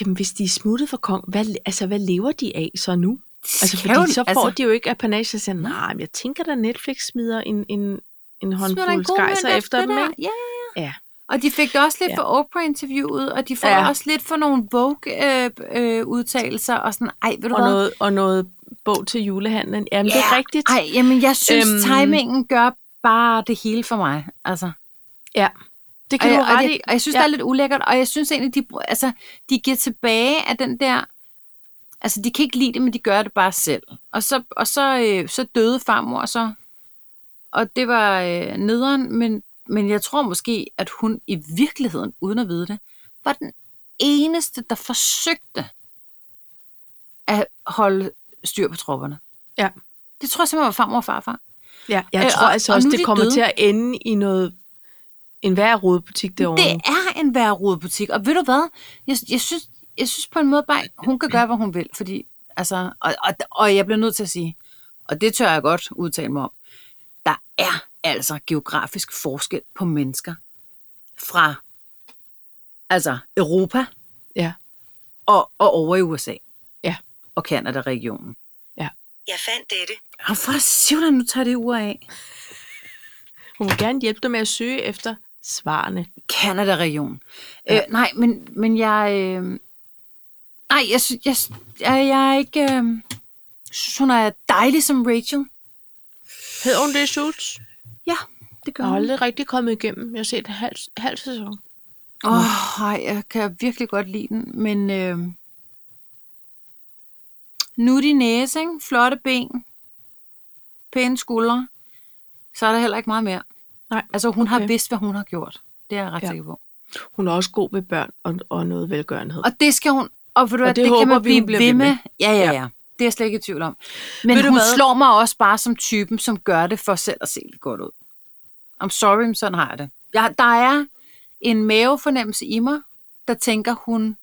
S1: jamen hvis de er smuttet fra kong, hvad, altså, hvad lever de af så nu? Altså,
S2: Skal jo-
S1: fordi så får
S2: altså-
S1: de jo ikke apanage, så siger, han, nej, men jeg tænker, da Netflix smider en, en, en
S2: Smider der en
S1: håndfuld
S2: god
S1: skejser
S2: mønt
S1: efter dem,
S2: der?
S1: ikke?
S2: Ja, ja,
S1: Ja.
S2: ja. Og de fik det også lidt
S1: Ja.
S2: ja. for Oprah-interviewet, og de får
S1: Ja.
S2: ja. også lidt for nogle øh, Vogue-udtalelser, og sådan, ej, ved du
S1: Og
S2: hvad?
S1: noget, og noget bog til julehandlen. Jamen, det er rigtigt.
S2: Ej, jamen, jeg synes,
S1: Øhm.
S2: øhm, timingen gør bare det hele for mig, altså.
S1: Ja, det
S2: Og
S1: kan
S2: jeg,
S1: du have
S2: og,
S1: ret
S2: det,
S1: i.
S2: og jeg synes,
S1: Ja.
S2: ja. det er lidt ulækkert, og jeg synes egentlig, de, br- altså, de giver tilbage af den der... Altså, de kan ikke lide det, men de gør det bare selv. Og så, og så, øh, så døde farmor så, og det var øh, nederen, men, men jeg tror måske, at hun i virkeligheden, uden at vide det, var den eneste, der forsøgte at holde styr på tropperne.
S1: Ja.
S2: Det tror jeg simpelthen var farmor og farfar.
S1: Ja, jeg
S2: Øh,
S1: tror
S2: og-
S1: altså
S2: og
S1: også,
S2: nu er
S1: det
S2: de
S1: kommer
S2: døde.
S1: til at ende i noget, en værre rodebutik derovre.
S2: Det er en værre rodebutik, og ved du hvad? Jeg, jeg, synes, jeg synes på en måde bare, hun kan gøre, hvad hun vil, fordi, altså, og, og, og jeg bliver nødt til at sige, og det tør jeg godt udtale mig om, der er altså geografisk forskel på mennesker fra altså Europa
S1: Ja.
S2: og, og over i USA
S1: Ja.
S2: og Kanada-regionen.
S3: Jeg fandt dette.
S2: Og for sivlen, nu tager det ur af.
S1: Hun vil gerne hjælpe dig med at søge efter svarene.
S2: Kanada-region. Ja. Øh, nej, men, men jeg... Øh, nej, jeg, sy- jeg, sy- jeg, jeg er ikke... Øh, synes, hun er dejlig som Rachel.
S1: Hed hun det, Suits?
S2: Ja, det gør
S1: Jeg har
S2: hun.
S1: aldrig rigtig kommet igennem. Jeg har set halv, halv sæson.
S2: Åh, oh, nej, jeg kan virkelig godt lide den, men... Øh, nuttig næse, ikke? flotte ben, pæne skuldre, så er der heller ikke meget mere.
S1: Nej,
S2: Altså, hun okay. har
S1: okay.
S2: vidst, hvad hun har gjort. Det er jeg ret
S1: Ja.
S2: ja. sikker på.
S1: Hun er også god ved børn og, og noget velgørenhed.
S2: Og det skal hun, og, ved du,
S1: Og det
S2: og det, det
S1: håber
S2: kan man
S1: vi, hun
S2: blive
S1: bliver
S2: ved,
S1: ved
S2: med.
S1: med.
S2: Ja, ja, ja. Det er jeg slet ikke i tvivl om. Men
S1: Ved du
S2: hun
S1: hvad?
S2: slår mig også bare som typen, som gør det for selv at se lidt godt ud. I'm sorry, men sådan har jeg det. Jeg, der er en mavefornemmelse i mig, der tænker, hun,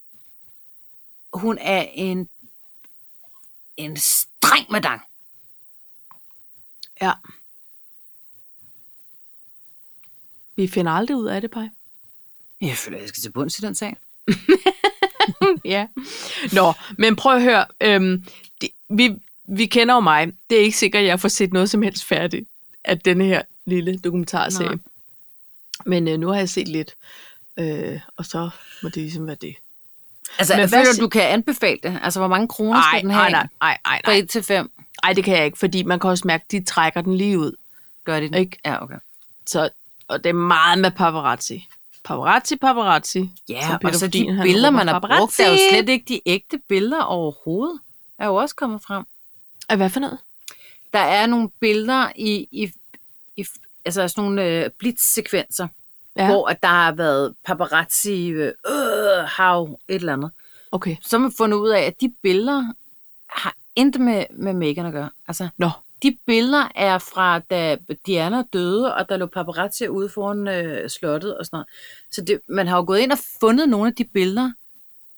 S2: hun er en, en streng madang.
S1: Ja. Vi finder aldrig ud af det, Paj.
S2: Jeg føler, jeg skal til bunds i den sag.
S1: ja. Nå, men prøv at høre. Øhm, det, vi, vi kender jo mig. Det er ikke sikkert, at jeg får set noget som helst færdigt af denne her lille dokumentarserie.
S2: Nej.
S1: Men øh, nu har jeg set lidt. Øh, og så må det ligesom være det.
S2: Altså,
S1: Men
S2: men jeg
S1: hvad
S2: føler,
S1: si-
S2: du kan anbefale det. Altså, hvor mange kroner skal den have?
S1: nej, nej, nej,
S2: Fra
S1: nej.
S2: 1 til 5
S1: Ej, det kan jeg ikke, fordi man kan også mærke, at de trækker den lige ud.
S2: gør det. den?
S1: Ikke?
S2: Ja, okay.
S1: Så, og det er meget med paparazzi. Paparazzi, paparazzi.
S2: Ja,
S1: som
S2: og
S1: Peter
S2: så
S1: Frödin,
S2: de
S1: han
S2: billeder,
S1: råber,
S2: man har
S1: "Paparazzi!"
S2: brugt, er jo slet ikke de ægte billeder overhovedet, er jo også kommet frem.
S1: Af hvad for noget?
S2: Der er nogle billeder i, i, i altså sådan nogle øh, blitzsekvenser, ja. hvor at der har været paparazzi, øh, øh, hav, et eller andet.
S1: Okay.
S2: Så har man fundet ud af, at de billeder har intet med, med Megan at gøre. Altså,
S1: Nå.
S2: de billeder er fra, da Diana døde, og der lå paparazzi ude foran øh, slottet og sådan noget. Så det, man har jo gået ind og fundet nogle af de billeder.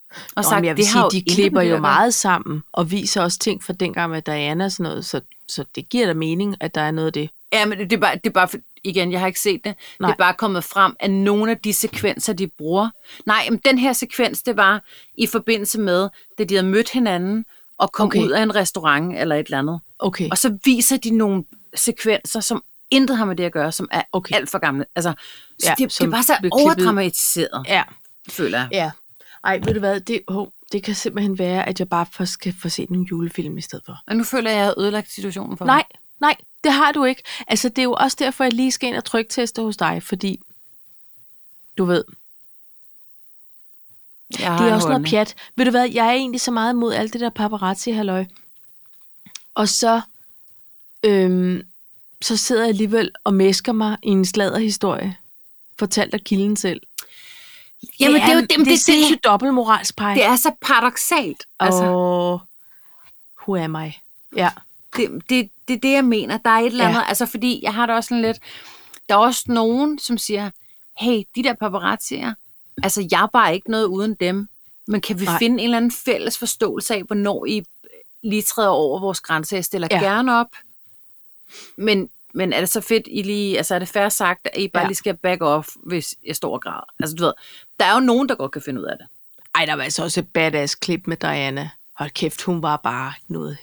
S2: Og
S1: Og sagt, Nå, men jeg vil
S2: det
S1: sige,
S2: har jo
S1: de
S2: intet med
S1: klipper
S2: det
S1: jo
S2: at gøre."
S1: meget sammen, og viser også ting fra dengang med Diana og sådan noget, så, så det giver da mening, at der er noget af det.
S2: Ja, men det er bare, det er bare for- igen, jeg har ikke set det. Nej.
S1: Nej.
S2: Det er bare kommet frem af nogle af de sekvenser, de bruger. Nej, men den her sekvens, det var i forbindelse med, da de havde mødt hinanden og kom
S1: Okay.
S2: okay. ud af en restaurant eller et eller andet.
S1: Okay.
S2: Og så viser de nogle sekvenser, som intet har med det at gøre, som er
S1: Okay.
S2: okay. alt for gamle. Altså, så
S1: Ja,
S2: ja, det, det
S1: som
S2: er bare så
S1: bliver klippet.
S2: overdramatiseret,
S1: Ja.
S2: føler jeg.
S1: Ja. Ej, ved du hvad, det, oh, det kan simpelthen være, at jeg bare først skal få set en julefilm i stedet for.
S2: Og nu føler jeg, at jeg har ødelagt situationen for
S1: Nej, nej, det har du ikke. Altså, det er jo også derfor, jeg lige skal ind og trykteste hos dig, fordi du ved,
S2: mig. Jeg har
S1: det er
S2: en
S1: også noget
S2: holdning.
S1: pjat. Ved du hvad, jeg er egentlig så meget imod alt det der paparazzi halløj. Og så, øhm, så sidder jeg alligevel og mesker mig i en sladderhistorie. Fortalt af kilden selv.
S2: Jamen, det er jo
S1: det,
S2: det, det,
S1: det,
S2: det, det,
S1: sindssygt dobbelt moralspej.
S2: det er så paradoxalt.
S1: Altså. Og who am I? Ja.
S2: det, det, det er det, jeg mener. Der er et eller
S1: Ja.
S2: andet, ja. altså fordi jeg har det også sådan lidt, der er også nogen, som siger, hey, de der paparazzier, altså jeg er bare ikke noget uden dem, men kan vi
S1: Nej.
S2: Nej. finde en eller anden fælles forståelse af, hvornår I lige træder over vores grænser? Jeg stiller
S1: Ja.
S2: ja. gerne op, men, men er det så fedt, I lige, altså er det fair sagt, at I bare
S1: Ja.
S2: ja. lige skal back off, hvis jeg står og græder? Altså du ved, der er jo nogen, der godt kan finde ud af det.
S1: Ej, der var altså også et badass klip med Diana. Hold kæft, hun var bare noget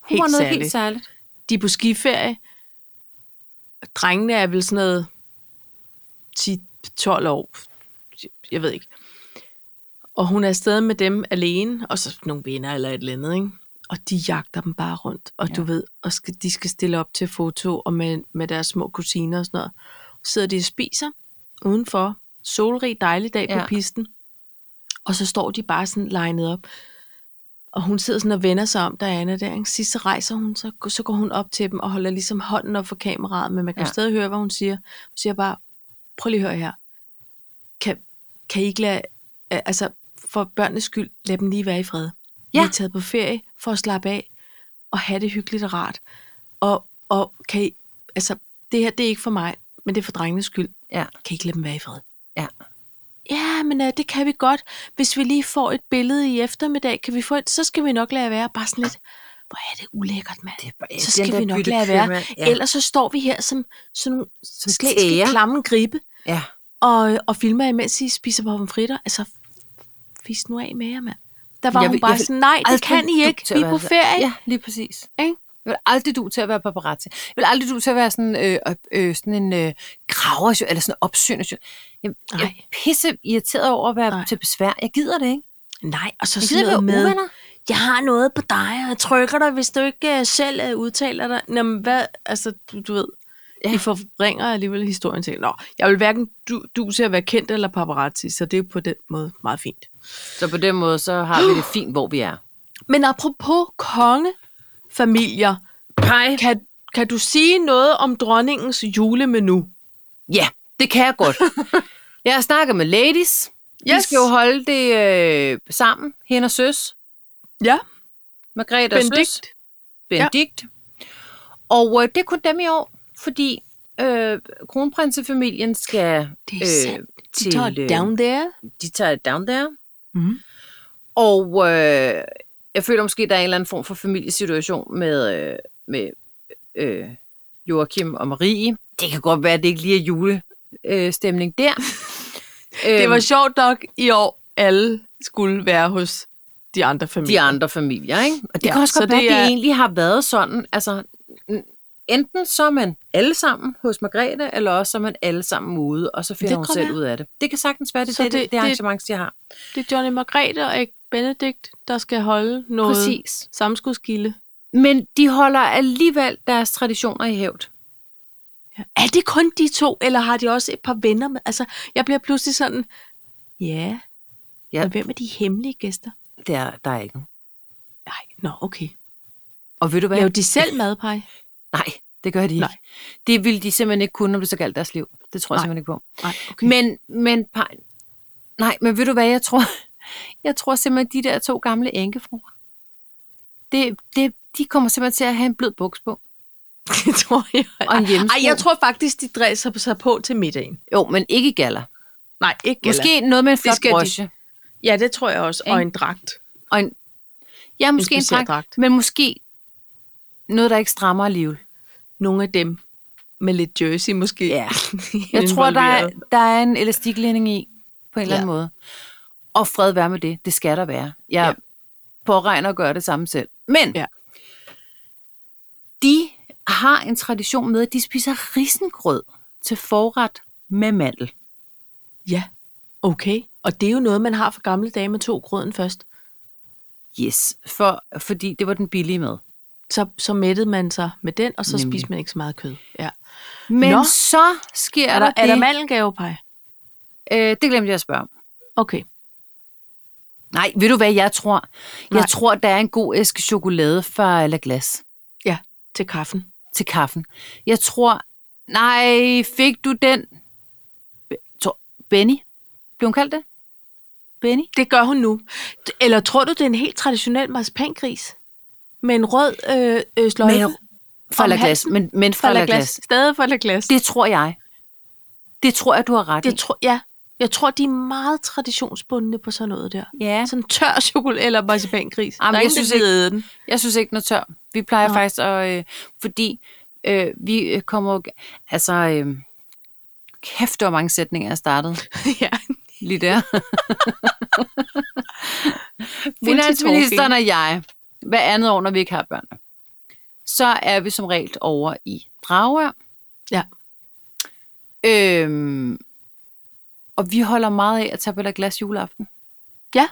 S2: Hun
S1: helt
S2: var noget
S1: særligt.
S2: helt særligt.
S1: De er på skiferie. Drengene er vel sådan noget 10-12 år. Jeg ved ikke. Og hun er afsted med dem alene, og så nogle venner eller et eller andet, ikke? Og de jagter dem bare rundt, og ja. du ved, og skal, de skal stille op til foto og med, med deres små kusiner og sådan noget. Så sidder de og spiser udenfor, solrig dejlig dag ja.
S2: Ja.
S1: på pisten, og så står de bare sådan legnet op. Og hun sidder sådan og vender sig om, Diana der, ikke? Sidst så rejser hun, så, så går hun op til dem og holder ligesom hånden op for kameraet, men man kan ja.
S2: Ja.
S1: stadig høre, hvad hun siger. Hun siger bare, prøv lige at høre her. Kan, kan I ikke lade, øh, altså for børnenes skyld, lad dem lige være i fred. Ja.
S2: Ja.
S1: Vi er taget på ferie for at slappe af og have det hyggeligt og rart. Og, og kan I, altså, det her, det er ikke for mig, men det er for drengenes skyld.
S2: Ja.
S1: Kan I ikke lade dem være i fred?
S2: Ja.
S1: Ja, men øh, det kan vi godt. Hvis vi lige får et billede i eftermiddag, kan vi få et, så skal vi nok lade være. Bare sådan lidt, hvor er det ulækkert, mand. Det
S2: bare-
S1: så
S2: den
S1: skal
S2: der
S1: vi nok lade
S2: byttekøbmand,
S1: være. Ja.
S2: ja.
S1: Ellers så står vi her som, som nogle
S2: Som
S1: slæske
S2: tæger.
S1: klamme gribe
S2: Ja.
S1: og, og filmer, imens I spiser pomfritter. Altså, fis nu af med jer, mand. Der var
S2: Jeg
S1: hun
S2: vil-
S1: bare
S2: jeg vil
S1: sådan, nej, det
S2: aldrig
S1: kan I
S2: du
S1: ikke.
S2: til at
S1: Vi er på
S2: være så-
S1: ferie.
S2: Ja, lige præcis.
S1: Ikke?
S2: Jeg vil aldrig du til at være paparazzi. Jeg vil aldrig du til at være sådan, øh, op- øh, sådan en øh, graver, eller sådan en opsyner. Jeg, jeg
S1: Nej.
S2: er pisse irriteret over at være
S1: Nej.
S2: Nej. til besvær. Jeg gider det, ikke?
S1: Nej, og så
S2: Jeg
S1: sådan
S2: gider
S1: noget
S2: ikke være
S1: med,
S2: uvenner.
S1: jeg har noget på dig, og jeg trykker dig, hvis du ikke øh, selv øh, udtaler dig. Nå, men hvad, altså, du, du ved, ja.
S2: Ja.
S1: I forbringer alligevel historien til. Nå, jeg vil hverken du, du til at være kendt eller paparazzi, så det er jo på den måde meget fint.
S2: Så på den måde, så har vi det fint, hvor vi er.
S1: Men apropos kongefamilier,
S2: Pej.
S1: kan, kan du sige noget om dronningens julemenu?
S2: Ja, det kan jeg godt. jeg har snakket med ladies. Yes.
S1: Yes.
S2: De skal jo holde det øh, sammen, hende og søs.
S1: Ja,
S2: Margrethe og søs.
S1: Benedikt.
S2: Benedikt. Ja. Og øh, det kunne dem i år, fordi øh, kronprinsefamilien skal
S1: Det er
S2: øh,
S1: sandt. De
S2: til...
S1: tager
S2: øh,
S1: down there.
S2: de tager down there.
S1: Mhm.
S2: Og øh, jeg føler måske, der er en eller anden form for familiesituation med, øh, med øh, Joachim og Marie. Det kan godt være, at det ikke lige er julestemning øh, stemning der.
S1: Det
S2: Øhm,
S1: var sjovt nok i år, alle skulle være hos de andre familier.
S2: de andre familier, ikke? Og det
S1: Ja,
S2: ja, kan også
S1: så
S2: godt være,
S1: det
S2: at det
S1: er-
S2: egentlig har været sådan, altså n- enten så er man alle sammen hos Margrethe, eller også så er man alle sammen ude, og så
S1: Det
S2: finder hun
S1: kan
S2: selv
S1: være.
S2: ud af det. Det kan sagtens være, det
S1: Så
S2: er det,
S1: det-
S2: det,
S1: det-
S2: det arrangement, de har.
S1: Det er Johnny Margrethe og ikke Benedikt, der skal holde noget Præcis.
S2: Præcis.
S1: samskudskilde.
S2: Men de holder alligevel deres traditioner i hævd.
S1: Er det kun de to, eller har de også et par venner med? Altså, jeg bliver pludselig sådan, ja, ja.
S2: Ja.
S1: men hvem er de hemmelige gæster?
S2: Der, der er ikke nogen.
S1: Nej, nå, okay.
S2: Og ved du hvad?
S1: Lav de selv madpej.
S2: Nej, det gør de ikke.
S1: Nej.
S2: Nej. Det ville de simpelthen ikke kunne, når det så galt deres liv. Det tror jeg
S1: Nej.
S2: Nej. simpelthen ikke på.
S1: Nej, okay. Men,
S2: Men, men, par- nej, men ved du hvad, jeg tror, jeg tror simpelthen, de der to gamle enkefruer, det, det, de kommer simpelthen til at have en blød buks på.
S1: det tror jeg.
S2: Og en hjemmesko.
S1: Ej, jeg tror faktisk, de dresser sig på til middagen.
S2: Jo, men ikke i galler.
S1: Nej, ikke galler.
S2: Måske noget med en flot
S1: skal de.
S2: brosje.
S1: Ja, det tror jeg også. Og
S2: Ikke?
S1: en dragt.
S2: Og en, ja, måske en,
S1: speciel
S2: en dragt,
S1: dragt.
S2: men måske noget, der ikke strammer alligevel.
S1: Nogle af dem med lidt jersey måske.
S2: Ja. Jeg tror, der er,
S1: involveret.
S2: der er en elastiklænding i, på en eller
S1: Ja.
S2: anden måde. Og fred være med det. Det skal der være. Jeg
S1: Ja.
S2: ja. påregner at gøre det samme selv. Men
S1: Ja.
S2: ja. de har en tradition med, at de spiser risengrød til forret med mandel.
S1: Ja, okay. Og det er jo noget, man har fra gamle dage med to grøden først.
S2: Yes, for, fordi det var den billige med.
S1: Så, så mættede man sig med den, og så
S2: Nemlig.
S1: spiste man ikke så meget kød. Ja.
S2: Men
S1: Nå.
S2: Nå. så sker
S1: Er, der,
S2: det.
S1: er der mandelgavepej?
S2: øh, det glemte jeg at spørge om.
S1: Okay.
S2: Nej, ved du hvad jeg tror? Jeg
S1: Nej.
S2: tror, der er en god æske chokolade fra La Glace.
S1: Ja, til kaffen.
S2: til kaffen. Jeg tror, nej, fik du den? Be- tror- Benny? Blev hun kaldt det? Benny?
S1: Det gør hun nu. Eller tror du, det er en helt traditionel marcipangris? Med en rød øh, øh, sløjfe?
S2: Men- Fra
S1: Om
S2: La Glace,
S1: halsen?
S2: men, men fra
S1: Fra
S2: La
S1: glas.
S2: Glace.
S1: Stadig fra glas.
S2: Det tror jeg. Det tror jeg, du har ret
S1: Jeg
S2: i.
S1: tror, ja. Jeg tror, de er meget traditionsbundne på sådan noget der.
S2: Ja.
S1: Sådan tør chokolade eller marcipangris.
S2: Jamen,
S1: der er
S2: jeg
S1: ingen,
S2: synes
S1: der
S2: ikke-
S1: gider æde den.
S2: Jeg synes ikke, den er tør. Vi plejer
S1: Nå.
S2: Nå. faktisk at... Øh, fordi øh, vi øh, kommer... jo- Altså... Øh, kæft, hvor mange sætninger jeg startede.
S1: ja.
S2: Lige der. Finansministeren og jeg, hver andet år, når vi ikke har børn, så er vi som regel over i Dragør.
S1: Ja.
S2: Øhm, og vi holder meget af at tage på et glas juleaften.
S1: Ja.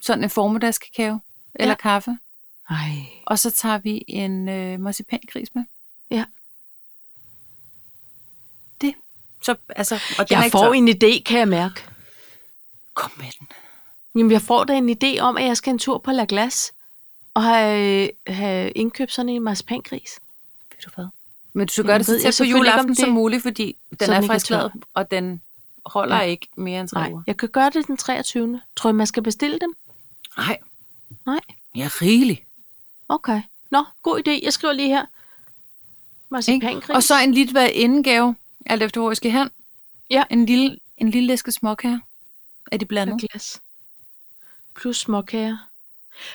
S2: Sådan en formiddagskakao eller
S1: Ja.
S2: ja. kaffe.
S1: Ej.
S2: Og så tager vi en øh, marcipangris med.
S1: Ja.
S2: Det. Så, altså, og den er
S1: Jeg
S2: ikke
S1: får
S2: tør.
S1: en idé, kan jeg mærke.
S2: Kom med den.
S1: Jamen, jeg får da en idé om, at jeg skal en tur på La Glace og have, øh, have indkøbt sådan en marcipangris.
S2: Ved du hvad? Men du skal
S1: Men
S2: gøre
S1: jeg
S2: det
S1: ved jeg
S2: så tæt på
S1: selvfølgelig ikke, om
S2: juleaften
S1: det-
S2: som muligt, fordi den
S1: den
S2: er
S1: ikke er
S2: frisklæret, og den holder
S1: Ja.
S2: ja. ikke mere end tre
S1: Nej,
S2: uger.
S1: jeg kan gøre det den 23. Tror jeg, man skal bestille dem?
S2: Nej.
S1: Nej.
S2: Ja, rigeligt.
S1: Okay. Nå, god idé. Jeg skriver lige her. Marcipangris.
S2: Og så en lidt hvad indgave, alt efter hvor jeg skal hen.
S1: Ja.
S2: En lille, en lille æske småkager. Er det
S1: Og
S2: blandet?
S1: glas. Plus småkager.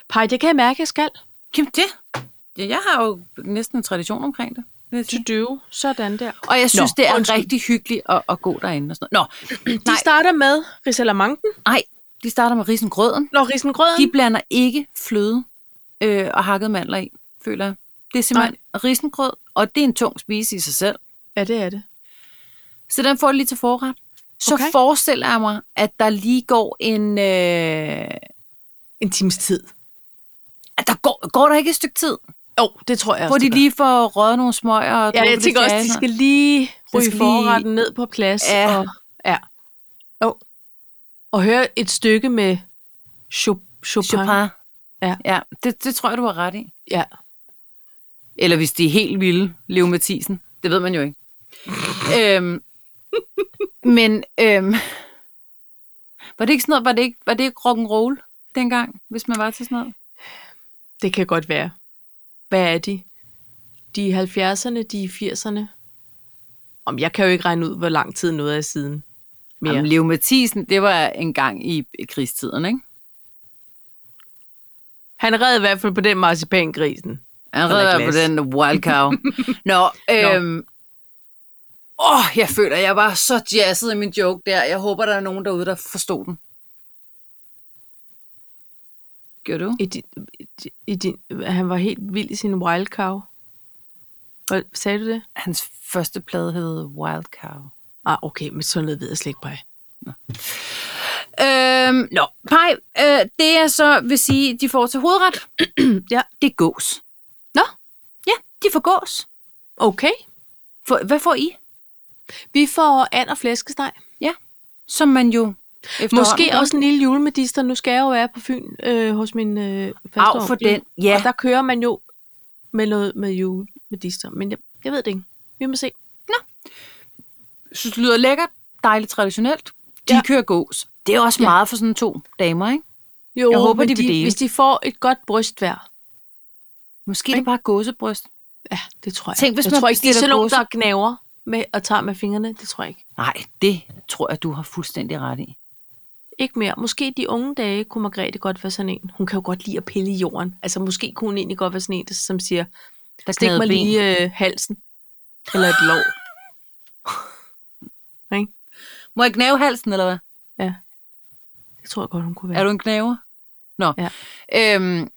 S1: Pej, det kan jeg mærke, jeg skal.
S2: Kim, det? Ja, jeg har jo næsten en tradition omkring det. vil jeg sige.
S1: To do. Sådan der.
S2: Og jeg synes,
S1: Nå,
S2: Nå, det er
S1: undskyld.
S2: undskyld. rigtig hyggeligt at, at gå derinde og sådan noget. Nå,
S1: De starter med risalamanten.
S2: nej, de starter med risengrøden.
S1: Når risengrøden.
S2: De blander ikke fløde øh, og hakket mandler i, føler jeg. Det er simpelthen risengrød, og det er en tung spise i sig selv.
S1: Ja, det er det.
S2: Så den får du lige til forret. Så
S1: Okay.
S2: okay. forestiller jeg mig, at der lige går en... Øh,
S1: En times tid.
S2: at der går, går der ikke et stykke tid,
S1: Jo, oh, det tror jeg
S2: hvor
S1: også.
S2: de
S1: det gør.
S2: lige får røget nogle smøger og
S1: Ja,
S2: drukket
S1: jeg
S2: lidt
S1: tænker også,
S2: chai
S1: de
S2: og
S1: skal
S2: sådan
S1: lige ryge
S2: skal
S1: forretten ned på plads.
S2: Ja.
S1: Og, ja. Oh. Og høre et stykke med Chopin.
S2: noget.
S1: Chopin.
S2: Chopin.
S1: Ja.
S2: ja det, det tror jeg, du har ret i.
S1: Ja.
S2: Eller hvis de er helt vilde, Leo Mathisen. Det ved man jo ikke. øhm, men øhm, var det ikke sådan noget, var det ikke, var det ikke rock'n'roll dengang, hvis man var til sådan noget?
S1: Det kan godt være. Hvad er de? De er 70'erne, de er 80'erne. Om jeg kan jo ikke regne ud, hvor lang tid noget er siden. Mere.
S2: Jamen, Leo Mathisen, det var en gang i i krigstiden, ikke?
S1: Han red i hvert fald på den marcipangrisen.
S2: Han
S1: Frederik
S2: redder på
S1: Lass.
S2: den wild cow. Nå, øhm, Åh, oh, jeg føler, jeg var så jazzet i min joke der. Jeg håber, der er nogen derude, der forstod den. Gjorde du?
S1: I din, i din, han var helt vild i sin wild cow. Hvad, sagde du det?
S2: Hans første plade hed Wild Cow.
S1: Ah, okay, men sådan noget ved jeg slet ikke, Paj.
S2: Øhm, nå, Pej, øh, det jeg så vil sige, de får til hovedret,
S1: Ja.
S2: det er gås.
S1: Nå.
S2: Ja, de får gås.
S1: Okay.
S2: For, hvad får I?
S1: Vi får and og flæskesteg.
S2: Som man jo
S1: Måske også en lille julemedister. Nu skal jeg jo være på Fyn øh, hos min øh, faste
S2: Af for
S1: onkel.
S2: den, ja.
S1: Og der kører man jo med noget med julemedister. Men jeg, jeg ved det ikke. Vi må se.
S2: synes, det lyder lækkert, dejligt traditionelt. De
S1: Ja.
S2: ja. kører gås. Det er også
S1: Ja.
S2: ja. meget for sådan to damer, ikke?
S1: Jo,
S2: Jeg håber,
S1: men
S2: de vil dele.
S1: Hvis de får et godt brystvær.
S2: Måske er det bare gåsebryst.
S1: Ja, det tror jeg.
S2: Tænk, hvis
S1: jeg
S2: man
S1: tror ikke, de er
S2: bestiller
S1: sådan nogle,
S2: gåse.
S1: der gnaver med og tager med fingrene. Det tror jeg ikke.
S2: Nej, det tror jeg, du har fuldstændig ret i.
S1: Ikke mere. Måske de unge dage kunne Margrethe godt være sådan en. Hun kan jo godt lide at pille i jorden. Altså måske kunne hun egentlig godt være sådan en, der- som siger,
S2: Der
S1: stik
S2: knagede
S1: mig
S2: ben.
S1: lige øh, halsen. Eller et lov.
S2: Må jeg gnave halsen, eller hvad?
S1: Det tror jeg godt, hun kunne være.
S2: Er du en gnaver? Nå.
S1: Ja.
S2: Øhm,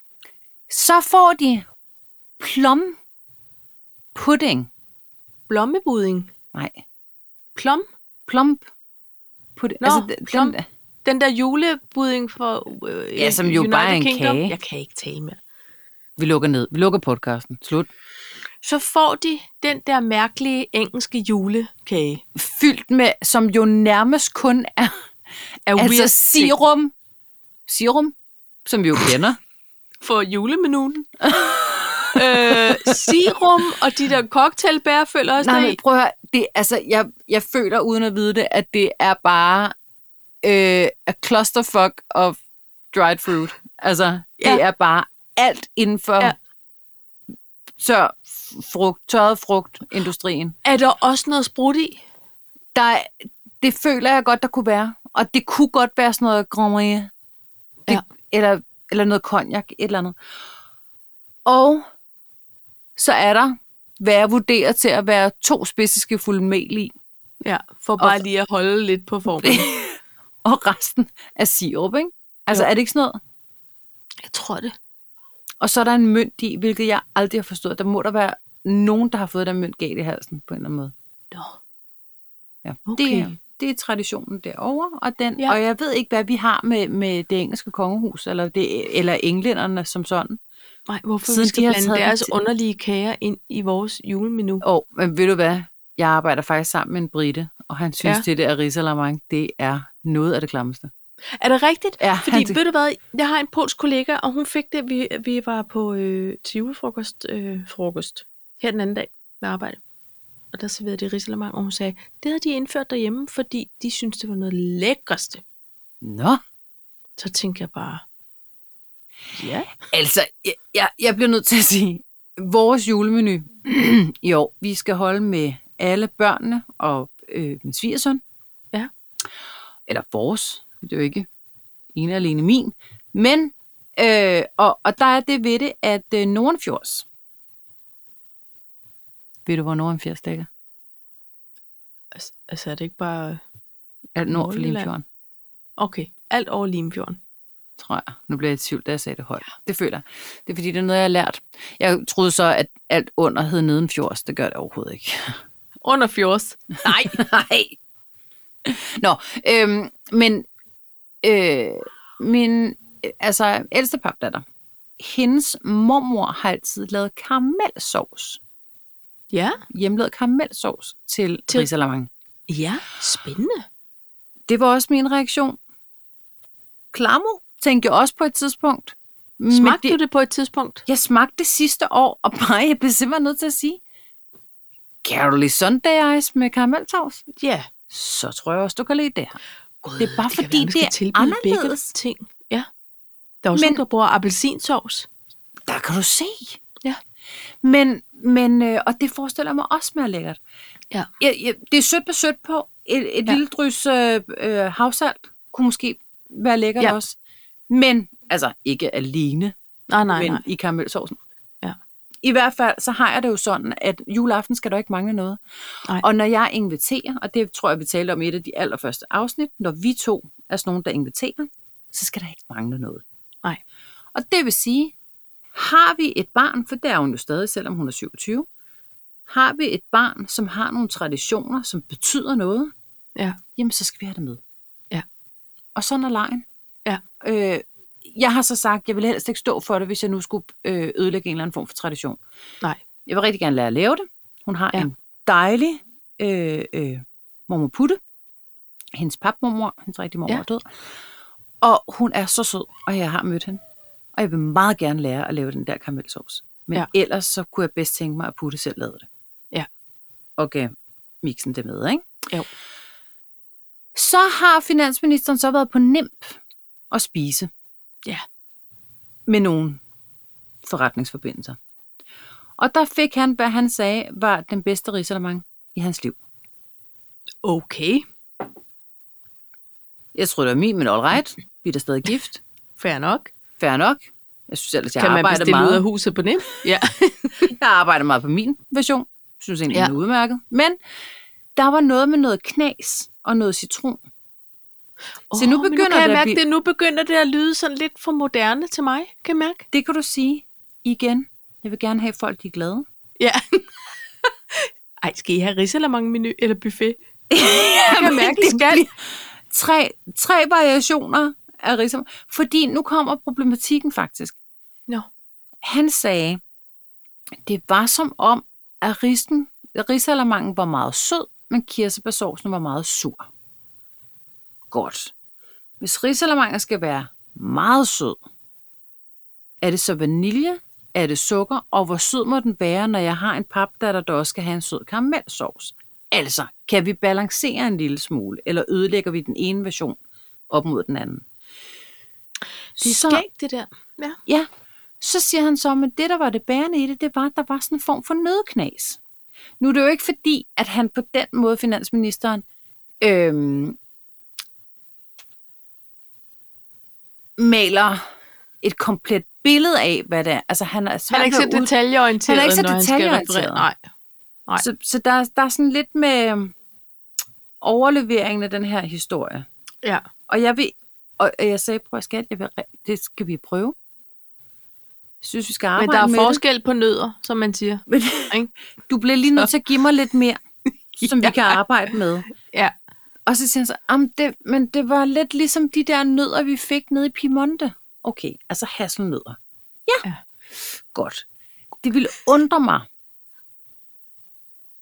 S2: så får de plom pudding.
S1: blommebudding?
S2: Nej,
S1: Plom?
S2: plomp pudding. Altså,
S1: Nå,
S2: den-
S1: plom.
S2: Den,
S1: Den der julebudding for øh,
S2: Ja, som jo
S1: United
S2: bare er en
S1: Kingdom.
S2: kage.
S1: Jeg kan ikke tale mere.
S2: vi lukker ned. Vi lukker podcasten. Slut.
S1: Så får de den der mærkelige engelske julekage.
S2: Fyldt med, som jo nærmest kun er
S1: Er
S2: altså
S1: weird
S2: serum. Serum, som vi jo kender.
S1: ting For julemenuen. øh, serum og de der cocktailbær følger også
S2: Nej,
S1: deri.
S2: men prøv at høre. Det, altså, jeg, jeg føler uden at vide det, at det er bare øh, a clusterfuck of dried fruit. Altså, det
S1: Ja.
S2: er bare alt inden for
S1: Ja.
S2: ja. tør frugt, tørret frugtindustrien.
S1: Er der også noget sprudt i?
S2: Der, er- det føler jeg godt, der kunne være. Og det kunne godt være sådan noget grand Marnier. Det,
S1: Ja.
S2: eller, eller noget cognac, et eller andet. Og så er der, hvad jeg vurderer til at være to spidseskefulde mel i.
S1: Ja, for bare lige at holde lidt på formen.
S2: og resten er sirup, ikke? Altså,
S1: Jo.
S2: jo. er det ikke sådan noget?
S1: Jeg tror det.
S2: Og så er der en mønt i, hvilket jeg aldrig har forstået. Der må der være nogen, der har fået den mønt galt i halsen på en eller anden måde.
S1: Nå.
S2: Ja.
S1: Okay.
S2: Det, er- det er traditionen derovre, og, den,
S1: Ja.
S2: ja. og jeg ved ikke, hvad vi har med, med det engelske kongehus, eller, det, eller englænderne som sådan.
S1: Nej, hvorfor Siden
S2: Siden
S1: vi
S2: de
S1: skal
S2: har
S1: blande
S2: taget det
S1: deres
S2: til-
S1: underlige kager ind i vores julemenu.
S2: Og men ved du hvad? Jeg arbejder faktisk sammen med en brite, og han synes,
S1: Ja.
S2: ja. det der risalamang, det er noget af det klammeste.
S1: Er det rigtigt?
S2: Ja,
S1: Fordi
S2: han-
S1: ved du hvad, jeg har en polsk kollega, og hun fik det, vi, vi var på øh, til julefrokost øh, frokost, her den anden dag med arbejde. Og der serverede de risalamang, og hun sagde, det havde de indført derhjemme, fordi de syntes, det var noget lækkerste.
S2: Nå,
S1: Så tænkte jeg bare, ja.
S2: Altså, jeg, jeg, jeg bliver nødt til at sige, vores julemenu i år, vi skal holde med alle børnene og øh, min svigersøn.
S1: Ja.
S2: Eller vores, det er jo ikke en og alene min. Men, øh, og, og der er det ved det, at øh, Nordenfjords, ved du, hvor Nordenfjords ligger?
S1: Altså, Altså er det ikke bare,
S2: Alt nord for
S1: Nordjylland.
S2: Limfjorden.
S1: okay, alt over Limfjorden.
S2: tror jeg. Nu bliver jeg i tvivl, da jeg sagde det højt. Det føler jeg. Det er fordi, det er noget, jeg har lært. Jeg troede så, at alt under hed nedenfjords. Det gør det overhovedet ikke.
S1: Under fjords.
S2: Nej, nej. Nå, øhm, men øh, min øh, altså, ældste papdatter, hendes mormor har altid lavet karamelsovs,
S1: Ja.
S2: hjemmelavet karamelsovs til,
S1: Til-
S2: til. risalamang.
S1: Ja, spændende.
S2: Det var også min reaktion. Klamo, tænkte jeg også på et tidspunkt. Men
S1: Smagte
S2: det-
S1: det... du det på et tidspunkt?
S2: Jeg smagte det sidste år, og bare, jeg blev simpelthen nødt til at sige, kan du lide Sunday Ice med karamelsovs?
S1: Ja.
S2: Så tror jeg også, du kan lide det her.
S1: God,
S2: Det er bare fordi,
S1: man skal
S2: det er
S1: tilbyde begge
S2: anderledes.
S1: ting. Ja. Der er også
S2: Men-
S1: nogen, der bruger appelsinsovs.
S2: Der kan du se.
S1: Ja.
S2: Men, men øh, og det forestiller jeg mig også mere lækkert.
S1: Ja.
S2: Jeg, jeg, det er sødt med sødt på. Et, et
S1: Ja.
S2: ja. lille drys øh, øh, havsalt kunne måske være lækkert
S1: Ja.
S2: ja. også. Men, altså ikke alene,
S1: Nej, nej,
S2: men
S1: nej.
S2: i karamelsovsen.
S1: Ja.
S2: I hvert fald, så har jeg det jo sådan, at juleaften skal der ikke mangle noget.
S1: Nej.
S2: Og når jeg inviterer, og det tror jeg, vi talte om i et af de allerførste afsnit, når vi to er sådan nogen, der inviterer, så skal der ikke mangle noget.
S1: Nej.
S2: Og det vil sige, har vi et barn, for det er hun jo stadig, selvom hun er 27, har vi et barn, som har nogle traditioner, som betyder noget,
S1: Ja.
S2: jamen så skal vi have det med.
S1: Ja.
S2: Og sådan er lejen.
S1: Ja.
S2: Øh, jeg har så sagt, jeg vil helst ikke stå for det, hvis jeg nu skulle øh, ødelægge en eller anden form for tradition.
S1: Nej.
S2: Jeg vil rigtig gerne lære at lave det. Hun har
S1: Ja.
S2: ja. en dejlig øh, øh, mormor Putte, hendes papmormor, hendes rigtige mormor,
S1: Ja.
S2: ja. død. Og hun er så sød, og jeg har mødt hende. Og jeg vil meget gerne lære at lave den der karamelsauce. Men
S1: Ja.
S2: ja. ellers så kunne jeg bedst tænke mig, at Putte selv lavede det.
S1: Ja.
S2: Og gav mixen det med, ikke?
S1: Jo.
S2: Så har finansministeren så været på NIMP og spise.
S1: Ja.
S2: Med nogle forretningsforbindelser. Og der fik han, hvad han sagde, var den bedste risalemang i hans liv.
S1: Okay,
S2: Jeg tror, det var min, men all right. Vi er da stadig gift.
S1: fair nok.
S2: Fair nok. Jeg synes ellers, jeg
S1: kan man
S2: arbejder
S1: bestille ud af
S2: meget.
S1: huset på nem? Ja.
S2: Jeg arbejder meget på min version. Synes egentlig,
S1: Ja.
S2: ja. den er udmærket. Men der var noget med noget knas og noget citron. Se, nu
S1: Åh, men
S2: begynder
S1: nu kan jeg
S2: det at
S1: mærke
S2: blive-
S1: det. Nu begynder det at lyde sådan lidt for moderne til mig. Kan jeg mærke?
S2: Det kan du sige igen. Jeg vil gerne have, at folk de er glade.
S1: Ja. Ej, skal I have risalamang menu eller buffet? Jeg kan mærke, det skal.
S2: Tre, tre variationer af risam. Fordi nu kommer problematikken faktisk.
S1: Nå.
S2: Han sagde, det var som om, at risen, risalamangen var meget sød, men kirsebærsovsen var meget sur. Godt. Hvis risalamanger skal være meget sød, er det så vanilje, er det sukker, og hvor sød må den være, når jeg har en papdatter, der også skal have en sød karamelsauce? Altså, kan vi balancere en lille smule, eller ødelægger vi den ene version op mod den anden?
S1: Det er skægt, det der. Ja.
S2: Ja, så siger han så, at det, der var det bærende i det, det var, at der var sådan en form for nødknas. Nu er det jo ikke fordi, at han på den måde, finansministeren, øhm, maler et komplet billede af, hvad det er. Altså, han er
S1: Han
S2: svært
S1: er ikke
S2: ved
S1: så
S2: at ud-
S1: detaljeorienteret,
S2: Han er ikke så
S1: når han skal
S2: detaljeorienteret.
S1: referere. Nej. Nej.
S2: Så, så der, er- der er sådan lidt med øhm, overleveringen af den her historie.
S1: Ja.
S2: Og jeg vil, og og jeg sagde, prøv at skat, jeg vil, re- det skal vi prøve. Jeg synes, vi skal arbejde
S1: Men der er
S2: med det.
S1: forskel på nødder, som man siger.
S2: Men,
S1: Ikke?
S2: du bliver lige nødt til at give mig lidt mere, som vi
S1: Ja.
S2: kan arbejde med.
S1: Ja.
S2: Og så siger han så, "Am, det, men det var lidt ligesom de der nødder, vi fik nede i Piemonte. Okay, altså hasselnødder. Ja.
S1: Ja.
S2: ja. Godt. Det ville undre mig.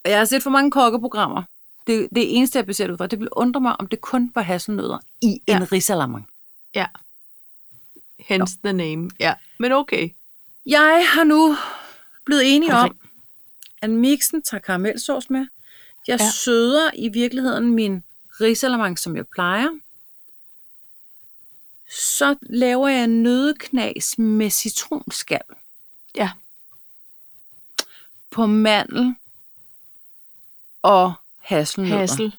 S2: Og Jeg har set for mange kokkeprogrammer. Det, det eneste, jeg bliver sat ud fra, det ville undre mig, om det kun var hasselnødder i ja.
S1: Ja.
S2: en risalamang.
S1: Ja. Hence the name. Ja. Men okay.
S2: Jeg har nu blevet enig
S1: Har du
S2: om, at mixen tager karamelsauce med. Jeg
S1: Ja.
S2: ja. søder i virkeligheden min risalamang, som jeg plejer. Så laver jeg nødeknas med citronskal
S1: Ja.
S2: på mandel og hasselnødder.
S1: Hassel.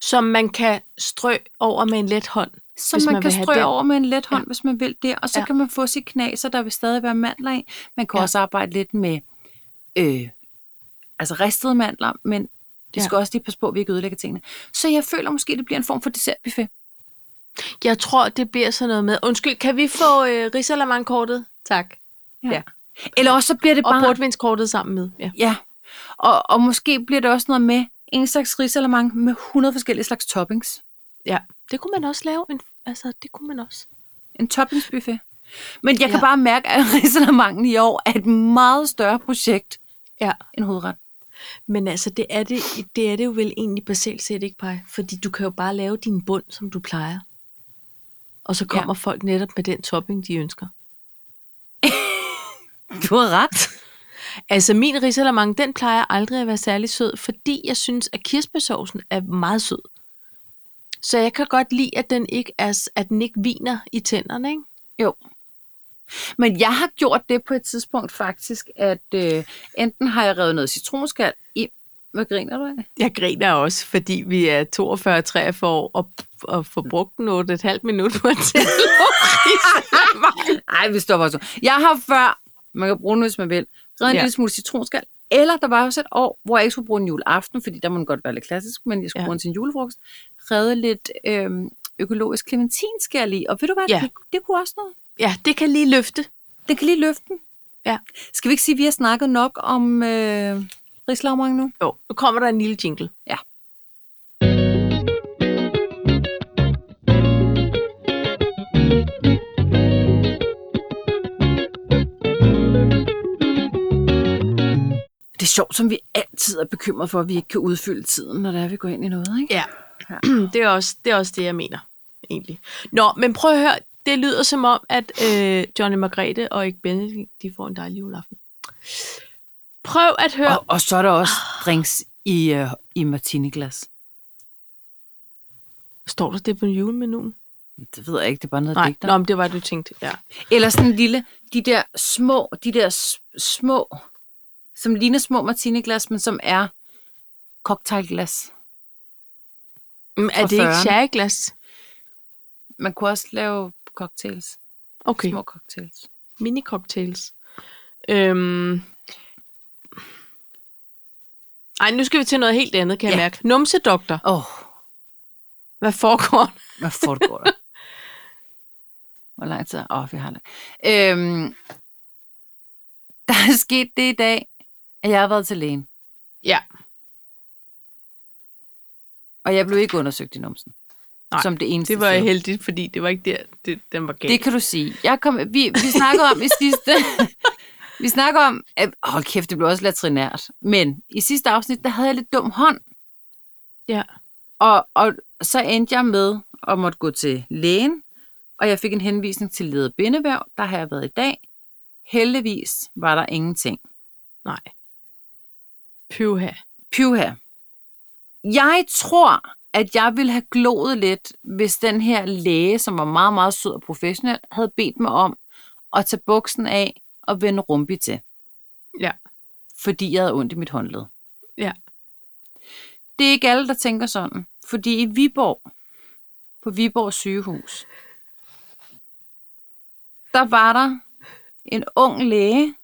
S1: Som man kan strø over med en let hånd.
S2: som
S1: hvis
S2: man,
S1: man
S2: man kan
S1: vil have
S2: strø
S1: den.
S2: over med en let hånd, ja. hvis man vil det. Og så
S1: Ja.
S2: ja. kan man få sit knaser, der vil stadig være mandler i. Man kan
S1: Ja.
S2: ja. også arbejde lidt med øh, altså ristede mandler, men vi
S1: Ja.
S2: skal også lige passe på, at vi ikke ødelægger tingene. Så jeg føler måske, det bliver en form for dessertbuffet.
S1: Jeg tror, det bliver sådan noget med... Undskyld, kan vi få øh, risalamangkortet? Tak.
S2: Eller også så bliver det
S1: Og
S2: bare...
S1: portvinskortet sammen med. Ja.
S2: Ja. Og, og måske bliver det også noget med en slags risalamang med 100 forskellige slags toppings.
S1: ja. Det kunne man også lave. En, altså, det kunne man også.
S2: En toppingsbuffet. Men jeg kan
S1: Ja.
S2: ja. bare mærke, at risalamangen i år er et meget større projekt
S1: Ja.
S2: end hovedret.
S1: Men altså, det er det, det er det jo vel egentlig basalt set ikke, Paj? Fordi du kan jo bare lave din bund, som du plejer. Og så kommer ja. folk netop med den topping, de ønsker.
S2: Du har ret.
S1: Altså, min risalamang, den plejer aldrig at være særlig sød, fordi jeg synes, at kirsebærsovsen er meget sød. Så jeg kan godt lide, at den ikke, er, at den ikke viner i tænderne, ikke?
S2: Jo. Men jeg har gjort det på et tidspunkt faktisk, at øh, enten har jeg revet noget citronskal i... Hvad griner du af?
S1: Jeg griner også, fordi vi er 42-43 år og, og får brugt den 8,5 minut på at tælle risalamang.
S2: Ej, vi stopper så. Jeg har før, man kan bruge den, hvis man vil, revet
S1: Ja.
S2: en ja. lille smule citronskal. Eller der var også et år, hvor jeg ikke skulle bruge den juleaften, fordi der må den godt være lidt klassisk, men jeg skulle
S1: Ja.
S2: ja. bruge den til en julefrokost. Revet lidt øh, økologisk clementinskal i. Og ved du hvad,
S1: Ja.
S2: ja. det, det kunne også noget.
S1: Ja, det kan lige løfte.
S2: Det kan lige løfte den.
S1: Ja.
S2: Skal vi ikke sige, at vi har snakket nok om øh, rislagmang nu?
S1: Jo, nu kommer der en lille jingle.
S2: Ja. Det er sjovt, som vi altid er bekymret for, at vi ikke kan udfylde tiden, når der er, vi går ind i noget, ikke?
S1: Ja, Mm. det er, også, det er også det, jeg mener, egentlig. Nå, men prøv at høre, det lyder som om, at øh, Johnny Margrethe og ikke Benedikt, de får en dejlig juleaften. Prøv at høre,
S2: Og, og så er der også drinks i, øh, i martiniglas.
S1: står der det på julemenuen?
S2: Det ved jeg ikke, det er bare noget,
S1: Nej,
S2: digter.
S1: nå, men det var det, du tænkte. Ja.
S2: Eller sådan en lille, de der små, de der s- små, som ligner små martiniglas, men som er cocktailglas.
S1: Men Mm, er
S2: Fra
S1: det ikke
S2: 40'erne.
S1: sherryglas?
S2: Man kunne også lave cocktails,
S1: Okay,
S2: små cocktails.
S1: mini-cocktails. Øhm. Ej, nu skal vi til noget helt andet, kan jeg
S2: Ja.
S1: mærke. Numsedoktor.
S2: Åh, oh,
S1: Hvad foregår der?
S2: hvad foregår der? Hvor lang tid? Åh, oh, vi har det. Øhm, der er sket det i dag, at jeg har været til lægen,
S1: Ja,
S2: og jeg blev ikke undersøgt i numsen.
S1: Nej,
S2: som det eneste
S1: det var
S2: sted.
S1: heldigt, fordi det var ikke der, det, den var galt.
S2: Det kan du sige. Jeg kom, vi, vi snakkede om i sidste... vi snakker om... At, hold kæft, det blev også latrinært. Men i sidste afsnit, der havde jeg lidt dum hånd.
S1: Ja.
S2: Og, og så endte jeg med at måtte gå til lægen. Og jeg fik en henvisning til leder Bindeværv. Der har jeg været i dag. Heldigvis var der ingenting.
S1: Nej. Pyha.
S2: Pyha. Jeg tror, at jeg ville have gloet lidt, hvis den her læge, som var meget, meget sød og professionel, havde bedt mig om at tage buksen af og vende rumpi til.
S1: Ja.
S2: Fordi jeg havde ondt i mit håndled.
S1: Ja.
S2: Det er ikke alle, der tænker sådan. Fordi i Viborg, på Viborg sygehus, der var der en ung læge,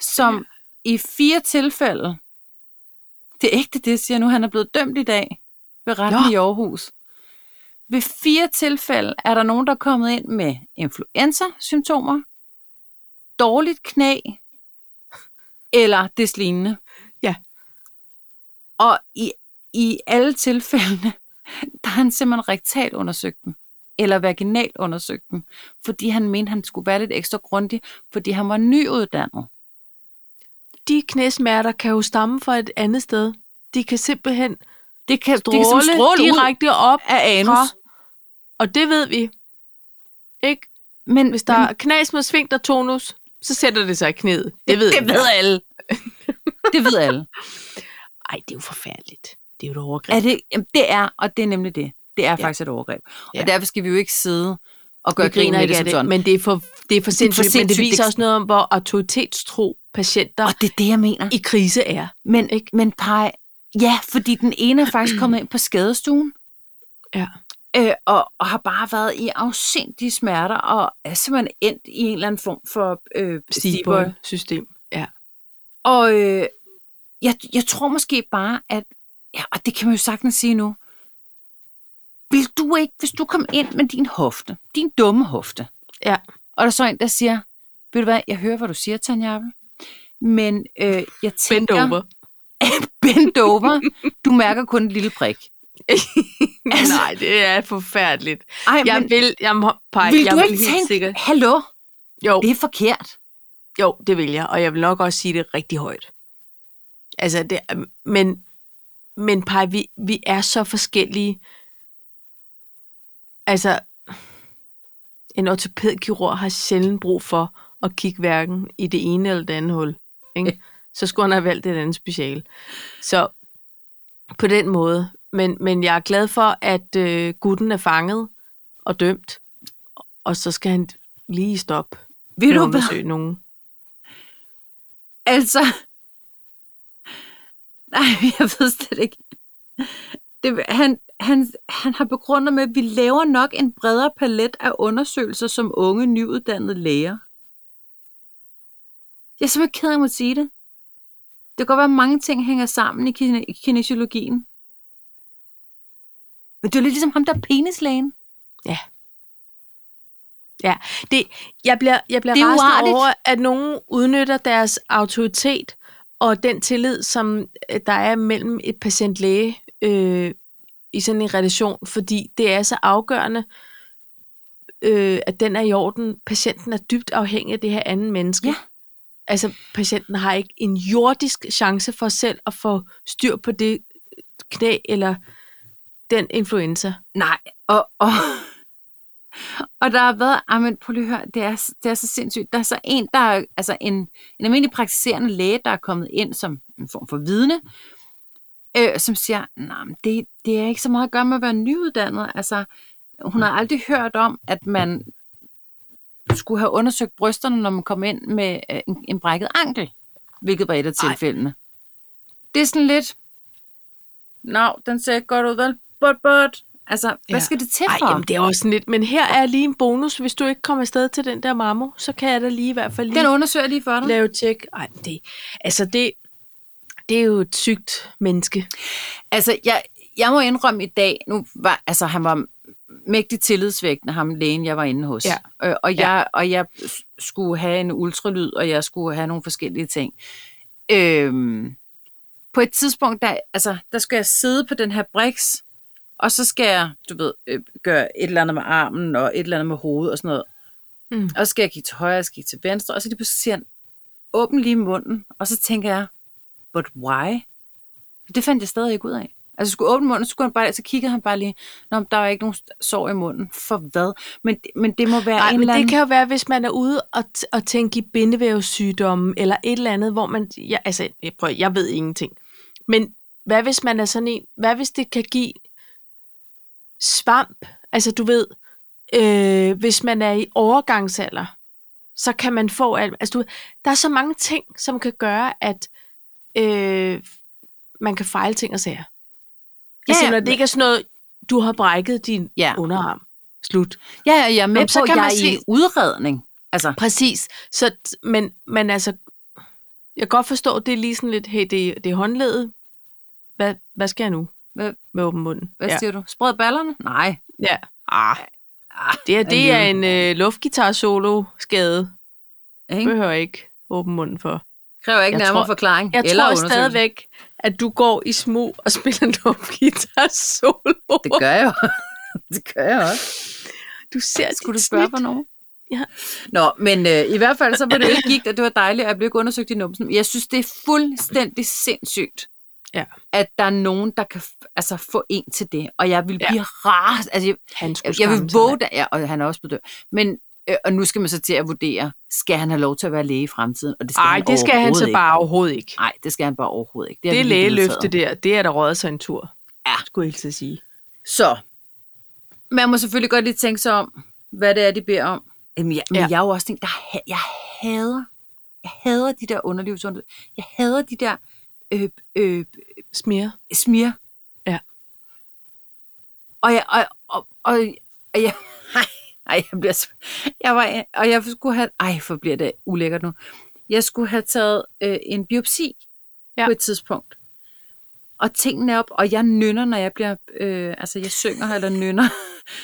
S2: som ja. i fire tilfælde det er ægte, det jeg siger nu. Han er blevet dømt i dag ved retten
S1: Nå.
S2: i Aarhus. Ved fire tilfælde er der nogen, der er kommet ind med influenza-symptomer, dårligt knæ eller deslignende.
S1: Ja.
S2: Og i, i alle tilfældene, der har han simpelthen rektalt undersøgt dem eller vaginalt undersøgt dem, fordi han mente, han skulle være lidt ekstra grundig, fordi han var nyuddannet.
S1: De knæsmerter kan jo stamme fra et andet sted. De kan simpelthen
S2: Det kan,
S1: stråle, det kan
S2: stråle ud
S1: direkte op
S2: af anus.
S1: fra. Og det ved vi. Ikke?
S2: Men
S1: Hvis der er knas med sving og tonus, så sætter det sig i knæet. Det ved
S2: det ved alle. det ved alle.
S1: Ej, det er jo forfærdeligt. Det er jo et overgreb.
S2: Er det, jamen, det er, og det er nemlig det. Det er
S1: Ja.
S2: ja. faktisk et overgreb. Og
S1: Ja.
S2: derfor skal vi jo ikke sidde og gøre
S1: Vi
S2: grin med det,
S1: af
S2: som sådan.
S1: men det er for, det er for sindssygt. Men det
S2: sindssygt.
S1: viser
S2: Det-
S1: også noget om, hvor autoritetstro patienter
S2: Og det er det, jeg mener.
S1: i krise er.
S2: Men,
S1: Ikke?
S2: men pej, ja, fordi den ene er faktisk kommet ind på skadestuen.
S1: Ja.
S2: Øh, og, og har bare været i afsindige smerter, og er simpelthen endt i en eller anden form for øh, stigbøj.
S1: Stigbøjsystem. Ja.
S2: Og øh, jeg, jeg tror måske bare, at, ja, og det kan man jo sagtens sige nu, vil du ikke, hvis du kom ind med din hofte, din dumme hofte,
S1: Ja.
S2: og der er så en, der siger, ved du hvad, jeg hører, hvad du siger, Tanja Appel, men øh, jeg
S1: Bend
S2: tænker...
S1: over.
S2: Bend over. Du mærker kun en lille prik. Altså-
S1: Nej, det er forfærdeligt.
S2: Ej,
S1: Jeg
S2: men
S1: vil, jeg må pege,
S2: vil
S1: jeg
S2: du
S1: vil
S2: ikke
S1: helt
S2: tænke,
S1: sikkert.
S2: hallo,
S1: Jo,
S2: det er forkert.
S1: jo, det vil jeg, og jeg vil nok også sige det rigtig højt. Altså, det, men, men Paj, vi, vi er så forskellige. Altså, en ortopædkirurg har sjældent brug for at kigge hverken i det ene eller det andet hul. Ikke? Så skulle han have valgt et andet speciale. Så på den måde. Men, men jeg er glad for, at øh, gutten er fanget og dømt. Og så skal han lige stoppe
S2: Vil
S1: med
S2: du
S1: at
S2: hvad?
S1: undersøge nogen.
S2: Altså... Nej, jeg ved slet ikke. Det, han, han, han har begrundet med, at vi laver nok en bredere palet af undersøgelser som unge, nyuddannede læger. Jeg er simpelthen ked af at måtte sige det. Det kan godt være, at mange ting hænger sammen i kine- i kinesiologien. Men det er lidt ligesom ham, der er penislægen.
S1: Det, jeg bliver, jeg bliver
S2: Det er
S1: rasende
S2: uartigt.
S1: over, at nogen udnytter deres autoritet og den tillid, som øh, der er mellem et patientlæge øh, i sådan en relation, fordi det er så afgørende, øh, at den er i orden. Patienten er dybt afhængig af det her andet menneske.
S2: Ja.
S1: altså patienten har ikke en jordisk chance for selv at få styr på det øh, knæ eller den influenza.
S2: Nej, og, og, og der har været, ah, men prøv lige at høre, det er, det er så sindssygt. Der er så en, der er, altså en, en almindelig praktiserende læge, der er kommet ind som en form for vidne, øh, som siger, nej, men det, det er ikke så meget at gøre med at være nyuddannet. Altså, hun
S1: Mm.
S2: har aldrig hørt om, at man skulle have undersøgt brysterne, når man kom ind med øh, en, en brækket ankel, hvilket var et af
S1: Ej.
S2: tilfældene. Det er sådan lidt, nå, den ser ikke godt ud, vel? But, but. Altså, hvad
S1: Ja.
S2: skal det til
S1: Ej,
S2: for?
S1: jamen, det er også sådan lidt, men her er lige en bonus. Hvis du ikke kommer afsted til den der mammo, så kan jeg da lige i hvert fald lige
S2: Den undersøger jeg lige for dig.
S1: lave tjek. Ej, det, altså det, det er jo et sygt menneske.
S2: Altså, jeg, jeg må indrømme i dag, nu var, altså han var mægtig tillidsvægtende, ham lægen, jeg var inde hos.
S1: Ja.
S2: Øh, og, jeg, og jeg s- skulle have en ultralyd, og jeg skulle have nogle forskellige ting. Øhm, på et tidspunkt, der, altså, der skal jeg sidde på den her briks, og så skal jeg, du ved, øh, gøre et eller andet med armen, og et eller andet med hovedet og sådan noget.
S1: Mm.
S2: Og så skal jeg kigge til højre, og så kigge til venstre, og så lige pludselig siger han, åbn lige munden, og så tænker jeg, but why? Det fandt jeg stadig ikke ud af. Altså, jeg skulle åbne munden, så, skulle han bare, så kiggede han bare lige, Nå, men der er ikke nogen sår i munden. For hvad? Men, men det må være
S1: Nej,
S2: en
S1: men
S2: eller anden...
S1: det kan jo være, hvis man er ude og, t- og tænke i bindevævssygdomme, eller et eller andet, hvor man... Ja, altså, jeg, prøv, jeg ved ingenting. Men hvad hvis man er sådan en... Hvad hvis det kan give svamp? Altså, du ved, øh, hvis man er i overgangsalder, så kan man få alt... Altså, du, der er så mange ting, som kan gøre, at øh, man kan fejle ting og sager.
S2: Ja,
S1: altså,
S2: ja,
S1: når det
S2: men-
S1: ikke er sådan noget, du har brækket din
S2: Ja.
S1: ja. underarm. Slut.
S2: Ja, ja, jeg er med
S1: Jamen,
S2: så på, kan jeg man er i
S1: se-
S2: udredning. Altså,
S1: Præcis. Så, t- men, men altså, jeg kan godt forstå, det er lige sådan lidt, hey, det, det er håndledet. Hvad, hvad skal jeg nu
S2: Hvad-
S1: med åben munden?
S2: hvad
S1: ja.
S2: ja. siger du? Spred ballerne? Nej.
S1: ja. Ah,
S2: Ah,
S1: det, her, det er en
S2: alligevel.
S1: øh, luftgitar-solo-skade. Det
S2: Ikke?
S1: behøver jeg ikke åben munden for.
S2: Kræver ikke
S1: Jeg
S2: nærmere
S1: tror-
S2: forklaring.
S1: Jeg
S2: eller
S1: Eller tror
S2: undersøgelse.
S1: stadigvæk, at du går i smug og spiller luftgitar-solo.
S2: Det gør jeg jo. det gør jeg også.
S1: Du ser
S2: Skulle du
S1: dit
S2: spørge
S1: snit.
S2: for nogen?
S1: Ja.
S2: Nå, men øh, i hvert fald så var det jo ikke gigt, og det var dejligt, at jeg blev ikke undersøgt i numsen. Jeg synes, det er fuldstændig sindssygt,
S1: Ja.
S2: at der er nogen, der kan f- altså, få en til det. Og jeg vil
S1: Ja.
S2: blive ras. Altså, jeg,
S1: Han skulle
S2: jeg, jeg
S1: skamme
S2: vil
S1: sig,
S2: våge
S1: mand.
S2: det. Ja, og han er også blevet død. Men, øh, og nu skal man så til at vurdere, skal han have lov til at være læge i fremtiden? Og det skal
S1: Ej,
S2: han
S1: det skal han så bare overhovedet ikke.
S2: Nej, det skal han bare overhovedet ikke. har
S1: Det
S2: vi lige
S1: lægeløfte
S2: vedtaget.
S1: der, det er der røget sig en tur.
S2: Ja.
S1: Skulle jeg hilse at sige.
S2: Så, man må selvfølgelig godt lige tænke sig om, hvad det er, de beder om. Jamen, jeg, men ja.
S1: Ja.
S2: jeg er jo også tænkt, der, ha- jeg hader, jeg hader de der underlivsundersøgelser. Jeg hader de der øh, øh,
S1: Smear.
S2: smir.
S1: Ja.
S2: Og jeg, og, og, og, og jeg, ej, ej, jeg bliver, så- jeg var, og jeg skulle have, ej, for bliver det ulækkert nu. Jeg skulle have taget øh, en biopsi ja.
S1: Ja.
S2: på et tidspunkt. Og tingene er op, og jeg nynner, når jeg bliver, øh, altså jeg synger eller nynner,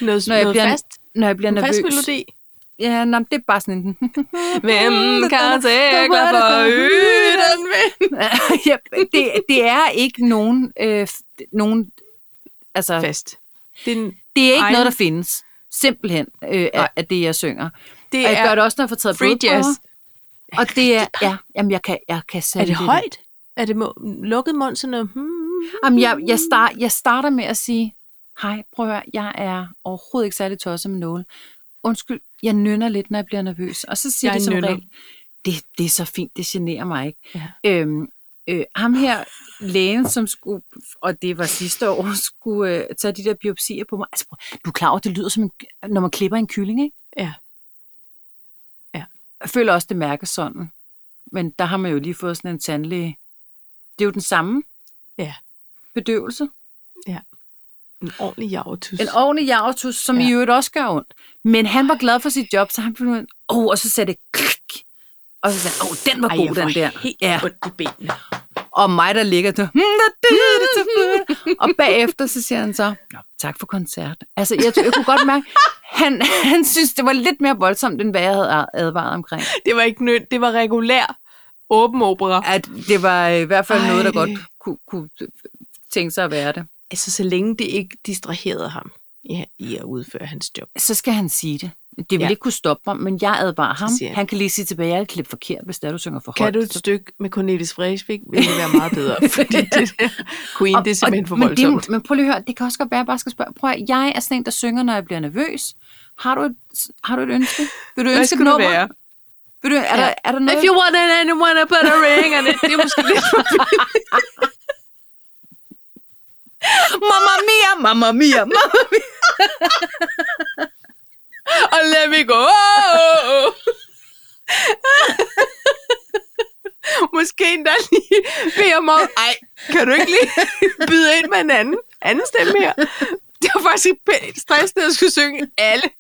S1: Noget,
S2: når jeg,
S1: noget
S2: bliver,
S1: fast.
S2: når jeg bliver
S1: En fast
S2: nervøs.
S1: melodi.
S2: Ja, nå, men det er bare sådan en...
S1: Hvem kan sikre for yden vind?
S2: ja, det, det er ikke nogen, øh, f- nogen altså,
S1: Fast. Det, er en-
S2: Det er ikke
S1: Ej.
S2: noget, der findes. Simpelthen øh, af,
S1: Nej.
S2: af det, jeg synger.
S1: det
S2: Og jeg gør
S1: er,
S2: det også, når jeg får taget
S1: free
S2: blodprøver.
S1: jazz.
S2: Og det er, ja, jamen jeg kan, jeg kan selv
S1: er det
S2: der.
S1: højt? Er det må, lukket mund sådan noget? Hmm.
S2: Jamen jeg, jeg, start, jeg starter med at sige, hej, prøv at høre, jeg er overhovedet ikke særlig tosset med nåle. Undskyld, jeg nynner lidt, når jeg bliver nervøs. Og så siger
S1: Jeg
S2: de som
S1: nynner.
S2: regel, det, det er så fint, det generer mig ikke.
S1: Ja.
S2: Øhm, øh, ham her, lægen, som skulle, og det var sidste år, skulle øh, tage de der biopsier på mig. Altså, prøv, du er klar over, det lyder som, en, når man klipper en kylling, ikke?
S1: Ja. Ja.
S2: Jeg føler også, det mærkes sådan. Men der har man jo lige fået sådan en tandlæge. Det er jo den samme
S1: Ja.
S2: bedøvelse.
S1: En ordentlig javetus.
S2: En ordentlig javertus, som ja.
S1: Ja.
S2: i øvrigt også gør ondt. Men han var glad for sit job, så han blev ud, oh, og så sagde det klik. Og så sagde han, oh, den var
S1: Ej,
S2: god,
S1: jeg
S2: den
S1: får
S2: der.
S1: helt
S2: Ja.
S1: ondt i benene.
S2: Og mig, der ligger "Hmm, der. og bagefter, så siger han så, Nå, tak for koncert. Altså, jeg, tror- jeg kunne godt mærke, han, han synes, det var lidt mere voldsomt, end hvad jeg havde advaret omkring.
S1: Det var ikke nødt, det var regulær åben opera.
S2: At det var i hvert fald Ej. noget, der
S1: Ej.
S2: godt kunne, kunne tænke sig at være det.
S1: Altså, så længe det ikke distraherede ham i, i at udføre hans job.
S2: Så skal han sige det. Det ville
S1: Ja.
S2: ja. ikke kunne stoppe mig, men jeg advarer ham.
S1: Så siger jeg-
S2: Han kan lige sige tilbage, at jeg er et klip forkert, hvis det er, du synger for
S1: Kan
S2: højt.
S1: du et
S2: Så-
S1: stykke med Cornelis Vreeswijk, vil det være meget bedre, fordi det der Queen, det er simpelthen for
S2: men det er jo-
S1: voldsomt.
S2: Men prøv lige at høre, det kan også godt være, at jeg bare skal spørge. Prøv at, jeg er sådan en, der synger, når jeg bliver nervøs. Har du et, har du et ønske? Vil du ønske et nummer? Vil du, er,
S1: Ja.
S2: der, er der noget?
S1: If you want it, anyone, put a ring on it. Det er måske lidt for
S2: Mamma mia, mamma mia, mamma mia.
S1: Og let me go. Oh! Måske endda lige bede om, om- ej, kan du ikke lige byde ind med en anden, anden stemme her? Det var faktisk pænt stressende at skulle synge alle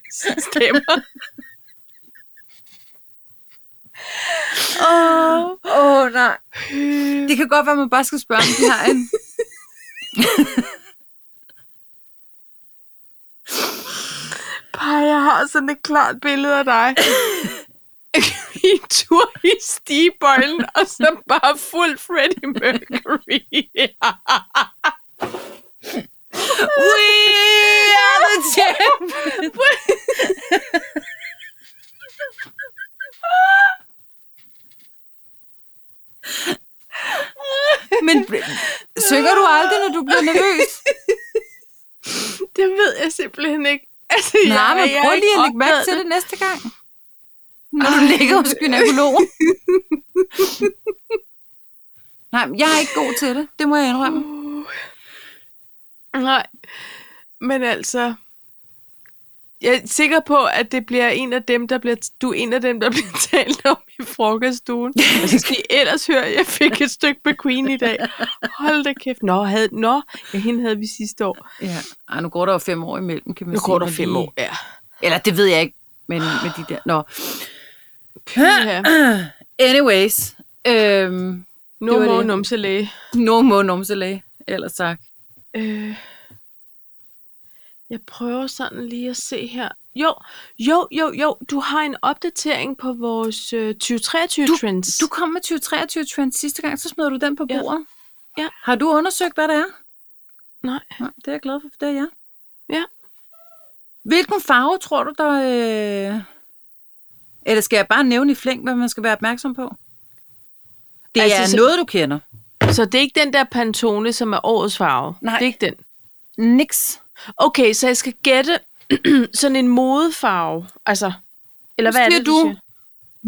S1: stemmer. Åh, oh,
S2: Åh, oh, nej.
S1: Øh.
S2: Det kan godt være, at man bare skal spørge, om de har en...
S1: par, jeg har sådan et klart billede af dig. I en tur i stigebøjlen, og så bare fuld Freddie Mercury.
S2: We are the champions. Men synger du aldrig, når du bliver nervøs?
S1: Det ved jeg simpelthen ikke. Altså,
S2: Nej, men
S1: jeg
S2: prøv
S1: er ikke
S2: lige at lægge mærke
S1: opdaget
S2: til det næste gang. Når du ligger hos gynækologen. Nej, men jeg er ikke god til det. Det må jeg indrømme.
S1: Nej, men altså... Jeg er sikker på, at det bliver en af dem, der bliver, du er en af dem, der bliver talt om i frokoststuen. Og så skal I ellers høre, at jeg fik et stykke med Queen i dag. Hold da kæft. Nå, havde, nå ja, hende havde vi sidste år.
S2: Ja. Ej, nu går der jo fem år imellem, kan man
S1: Nu
S2: sige.
S1: går der
S2: men
S1: fem
S2: de-
S1: år. Ja.
S2: Eller det ved jeg ikke, men med de der... Nå.
S1: Pyha.
S2: Anyways. Øhm,
S1: Nu
S2: Det var
S1: må
S2: det.
S1: numselæge.
S2: no more numselæge. Ellers tak.
S1: Øh, jeg prøver sådan lige at se her. Jo, jo, jo, jo. Du har en opdatering på vores øh, 2023-trends.
S2: Du kom med 2023 trends sidste gang, så smed du den på
S1: Ja.
S2: bordet.
S1: Ja.
S2: Har du undersøgt, hvad det er?
S1: Nej.
S2: Nej, det er jeg glad for, for det er jeg.
S1: Ja.
S2: Hvilken farve tror du, der... Øh... Eller skal jeg bare nævne i flæng, hvad man skal være opmærksom på? Det
S1: Altså,
S2: altså,
S1: så-
S2: er noget, du kender.
S1: Så det er ikke den der Pantone, som er årets farve?
S2: Nej.
S1: Det er ikke den?
S2: Nix.
S1: Okay, så jeg skal gætte sådan en modefarve. Altså, eller hvad er
S2: siger
S1: det,
S2: du?
S1: siger?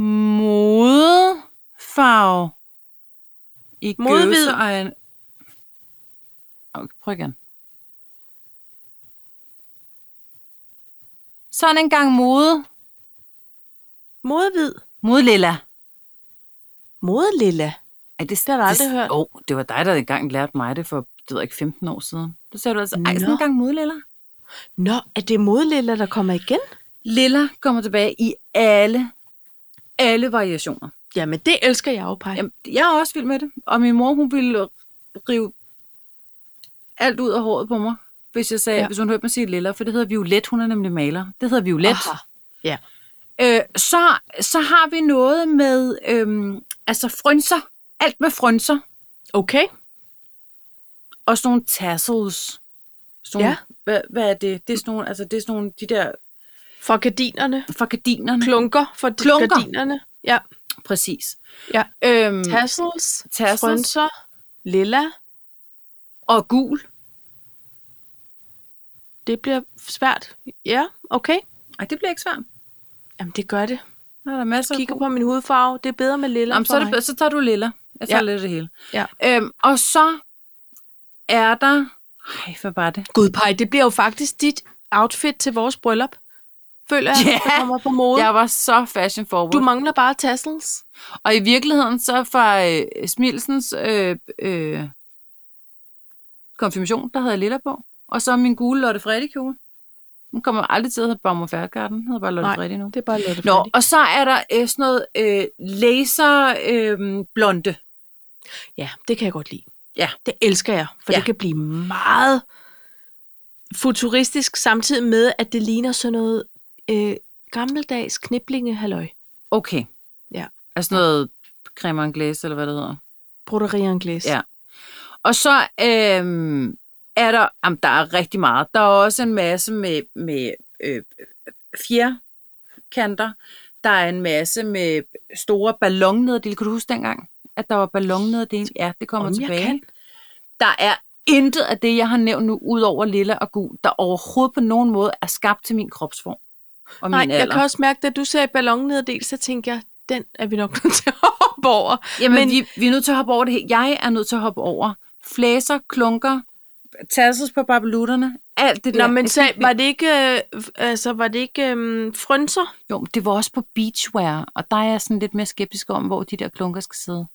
S2: modefarve i
S1: Modvid.
S2: gåseøjne. Okay, prøv igen. Sådan en gang mode.
S1: Modehvid?
S2: Modelilla.
S1: Modelilla?
S2: Er det,
S1: Det har jeg aldrig hørt.
S2: Åh, oh, det var dig, der engang lærte mig det for, det ved jeg ikke, 15 år siden. Du sagde du altså, ej, sådan
S1: Nå.
S2: en gang modelilla.
S1: Nå, er det modelilla, der kommer igen?
S2: Lilla kommer tilbage i alle, alle variationer.
S1: Jamen, det elsker jeg jo, Paj.
S2: Jamen, jeg er også vild med det. Og min mor, hun ville rive alt ud af håret på mig, hvis jeg sagde,
S1: Ja.
S2: ja. hvis hun hørte mig sige lilla, for det hedder Violet, hun er nemlig maler. Det hedder Violet.
S1: Aha. Ja.
S2: Øh, så, så har vi noget med, øhm, altså frynser. Alt med frynser.
S1: Okay.
S2: Og sådan nogle tassels. Sådan
S1: Ja.
S2: nogle, hvad, hvad er det? Det er sådan nogle, altså det er sådan nogle, de der
S1: For gardinerne.
S2: fra gardinerne.
S1: Klunker for Klunker.
S2: Mm. Klunker. Mm.
S1: gardinerne. Ja.
S2: Præcis.
S1: Ja.
S2: Øhm,
S1: Tassels,
S2: Tassels.
S1: frønser, lilla.
S2: og gul.
S1: Det bliver svært. Ja, okay.
S2: Ej, det bliver ikke svært.
S1: Jamen, det gør det.
S2: Der er der masser af
S1: Kigger på min hudfarve. Det er bedre med lilla
S2: Jamen,
S1: for
S2: så, er det,
S1: mig.
S2: bedre. så tager du lilla. Jeg tager
S1: Ja.
S2: ja. lidt af det hele.
S1: Ja.
S2: Øhm, og så er der... Ej, hvad var det?
S1: Gud, Paj, det bliver jo faktisk dit outfit til vores bryllup. Føler jeg, yeah.
S2: Ja.
S1: der kommer på mode.
S2: Jeg var så fashion forward.
S1: Du
S2: Du...
S1: mangler bare tassels.
S2: Og i virkeligheden så fra øh, Smilsens øh, øh, konfirmation, der havde jeg lilla på. Og så min gule Lotte Freddy kjole. Hun kommer aldrig til at hedde Baumer Færdgarden. Den hedder bare Lotte
S1: Nej.
S2: Freddy nu.
S1: Det er bare Lotte
S2: Nå, og så er der øh, sådan noget øh, laser øh, blonde.
S1: Ja, det kan jeg godt lide.
S2: Ja.
S1: Det elsker jeg, for ja.
S2: Ja.
S1: det kan blive meget futuristisk, samtidig med, at det ligner sådan noget øh, gammeldags kniblinge halløj.
S2: Okay.
S1: Ja.
S2: Altså noget creme anglaise, eller hvad det hedder.
S1: Broderi anglæs.
S2: Ja. Og så øhm, er der, jamen, der er rigtig meget. Der er også en masse med, med øh, fjer, kanter. Der er en masse med store ballonnederdele. Kan du huske dengang, at der var ballonnederdele? Ja, det kommer
S1: Om jeg
S2: tilbage.
S1: kan.
S2: Der er intet af det, jeg har nævnt nu, udover lilla og gul, der overhovedet på nogen måde er skabt til min kropsform og
S1: Nej,
S2: min
S1: jeg
S2: alder.
S1: kan også mærke, at du sagde ballon ned del, så tænkte jeg, den er vi nok nødt til at hoppe over.
S2: Jamen,
S1: Men-
S2: men... vi, vi er nødt til at hoppe over det hele. Jeg er nødt til at hoppe over flæser, klunker, tasses på babelutterne, alt det der.
S1: Nå, men
S2: Jeg
S1: så,
S2: kan ikke-
S1: var det ikke, øh, f- altså, var det ikke øhm, frønser?
S2: Jo, men det var også på beachwear, og der er jeg sådan lidt mere skeptisk om, hvor de der klunker skal sidde.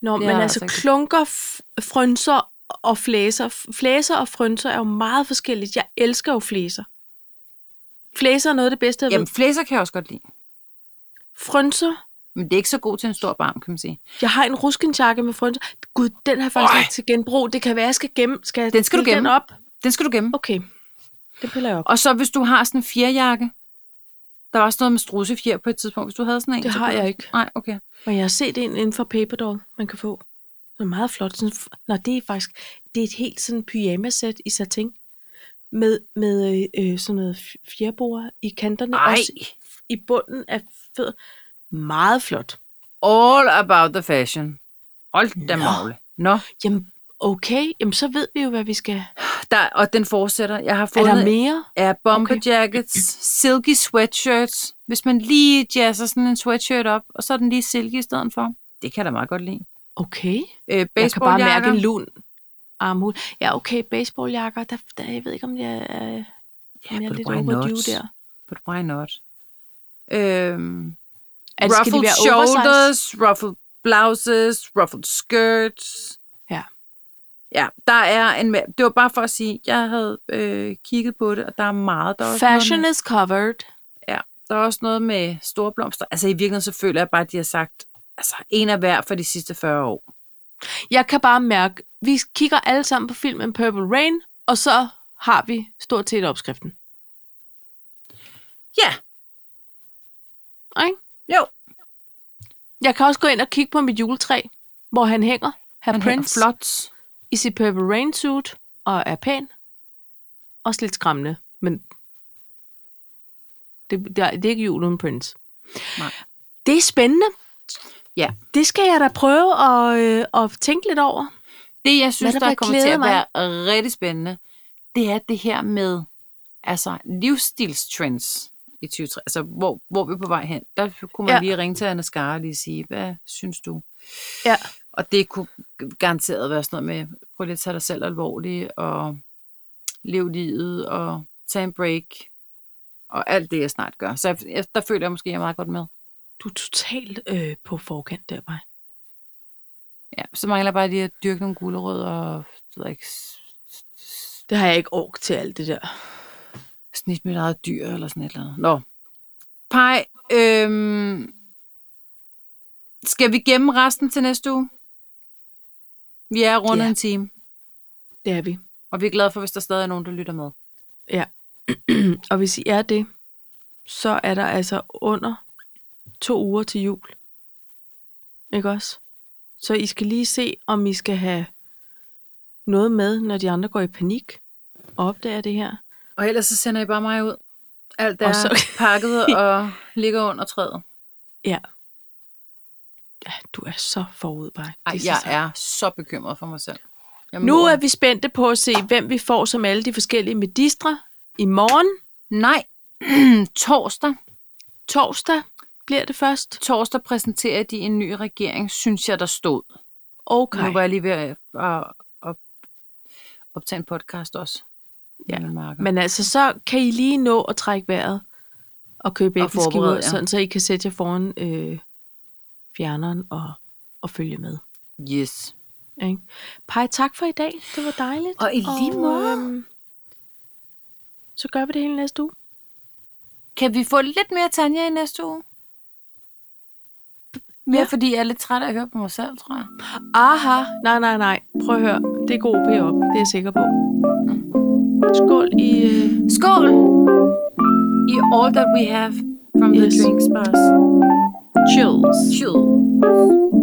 S1: Nå,
S2: Det
S1: men
S2: er
S1: altså,
S2: altså ikke-
S1: klunker, f- frønser og flæser. F- Flæser og frønser er jo meget forskelligt. Jeg elsker jo flæser. Flæser er noget af det bedste, jeg Jamen.
S2: Jamen,
S1: ved.
S2: flæser kan jeg også godt lide.
S1: Frønser.
S2: Men det er ikke så god til en stor barm, kan man sige.
S1: Jeg har en ruskenjakke med frønser. Gud, den har jeg faktisk
S2: Øj.
S1: ikke til genbrug. Det kan være, jeg skal gemme. Skal jeg
S2: Den skal du
S1: pille Den
S2: gemme.
S1: op?
S2: Den skal du gemme.
S1: Okay. Det piller jeg op.
S2: Og så hvis du har sådan en fjerjakke, der var også noget med strussefjer på et tidspunkt, hvis du havde sådan en.
S1: Det
S2: så
S1: har
S2: kunne
S1: jeg
S2: du-
S1: ikke.
S2: Nej, okay.
S1: Men jeg har set en inden for Paperdoll, man kan få. Den er meget flot. Sådan, f- Nå, det er faktisk det er et helt sådan pyjamasæt i satin. Med, med øh, øh, sådan noget f- fjerboer i kanterne.
S2: Nej,
S1: Også i bunden af fødder. Meget flot.
S2: all about the fashion. Hold da
S1: Nå.
S2: magle. Nå,
S1: Jamen, okay. Jamen, så ved vi jo, hvad vi skal.
S2: der, og den fortsætter. Jeg har
S1: Er der
S2: fundet
S1: mere?
S2: er bomber jackets, silky sweatshirts. Hvis man lige jazzer sådan en sweatshirt op, og så er den lige silky i stedet for. Det kan jeg da meget godt lide.
S1: Okay.
S2: Øh,
S1: Jeg kan bare mærke en
S2: baseballjakker.
S1: lun armhul. Ja, okay, baseballjakker. Der, der, jeg ved ikke, om jeg, øh,
S2: Ja,
S1: om jeg er
S2: but
S1: lidt
S2: why
S1: overdue
S2: not?
S1: der.
S2: But why not? Øhm,
S1: Er det, Altså, skal de
S2: ruffled
S1: være oversized?
S2: shoulders, ruffled blouses, ruffled skirts.
S1: Ja.
S2: Ja, der er en... ma- Det var bare for at sige, jeg havde øh, kigget på det, og der er meget. Der er, også noget
S1: Fashion
S2: med,
S1: is covered.
S2: der er også noget med store blomster. Altså i virkeligheden så føler jeg bare, at de har sagt, altså en af hver for de sidste 40 år.
S1: Jeg kan bare mærke, vi kigger alle sammen på filmen Purple Rain, og så har vi stort set opskriften.
S2: Ja.
S1: Ikke?
S2: Jo.
S1: Jeg kan også gå ind og kigge på mit juletræ, hvor han hænger, herr
S2: Han
S1: Prince,
S2: Prince.
S1: flot.
S2: flot.
S1: i sit Purple Rain suit, og er pæn. Også lidt skræmmende, men det, det, er, det er ikke jul uden Prince.
S2: Nej.
S1: Det er spændende.
S2: Ja.
S1: Det skal jeg da prøve at, øh, at tænke lidt over.
S2: Det, jeg synes,
S1: der
S2: der
S1: bare
S2: kommer til
S1: glæder
S2: at
S1: mig?
S2: være rigtig spændende, det er det her med altså livsstilstrends i 2030. Altså, hvor, hvor vi er på vej hen. Der kunne man
S1: Ja.
S2: ja. lige ringe til Anna Skara og lige sige, hvad synes du?
S1: Ja.
S2: Og det kunne garanteret være sådan noget med, prøv lige at tage dig selv alvorligt, og lev livet, og tage en break, og alt det, jeg snart gør. Så jeg- jeg, der føler jeg måske, at jeg er meget godt med.
S1: Du er totalt øh, på forkant der, mig.
S2: Ja, så mangler jeg bare lige at dyrke nogle gulerødder, og det ved jeg ikke, s- s-
S1: Det har jeg ikke ork til alt det der.
S2: snit mit eget dyr, eller sådan et eller andet. Nå. Pej, øhm, skal vi gemme resten til næste uge? Vi er rundt
S1: Ja.
S2: ja. en time,
S1: Det er vi.
S2: og vi er glade for, hvis der stadig er nogen, der lytter med.
S1: og hvis I er det, så er der altså under to uger til jul. Ikke også? Så I skal lige se, om I skal have noget med, når de andre går i panik og opdager det her.
S2: Og ellers så sender I bare mig ud. Alt
S1: Og
S2: er
S1: så-
S2: så... pakket og ligger under træet.
S1: Ja, du er så forud, bare.
S2: Ej, jeg er så bekymret for mig selv. Jeg
S1: Nu
S2: må-
S1: er vi spændte på at se, hvem vi får som alle de forskellige medistre i morgen.
S2: Nej, torsdag.
S1: Torsdag bliver det først.
S2: Torsdag præsenterer de en ny regering, synes jeg, der stod.
S1: Okay.
S2: Nu var jeg lige ved at, at, at optage en podcast også.
S1: Ja,
S2: men
S1: Men altså, så kan I lige nå at trække vejret og købe
S2: Og
S1: æbleskiver,
S2: forberede
S1: ja.
S2: jer.
S1: sådan så I kan sætte jer foran øh, fjerneren og, og følge med.
S2: Yes.
S1: Ikke? Pej, tak for i dag. Det var dejligt.
S2: Og i lige måde.
S1: øhm, så gør vi det hele næste uge.
S2: Kan vi få lidt mere Tanja i næste uge? Mere ja. fordi jeg er lidt træt af at høre på mig selv, tror jeg.
S1: Aha, nej, nej, nej. Prøv at høre. Det er god OP op. Det er jeg sikker på. Skål i... Øh,
S2: Skål! I all that we have from yes. the
S1: Yes.
S2: drinks bars.
S1: chills.
S2: Chill.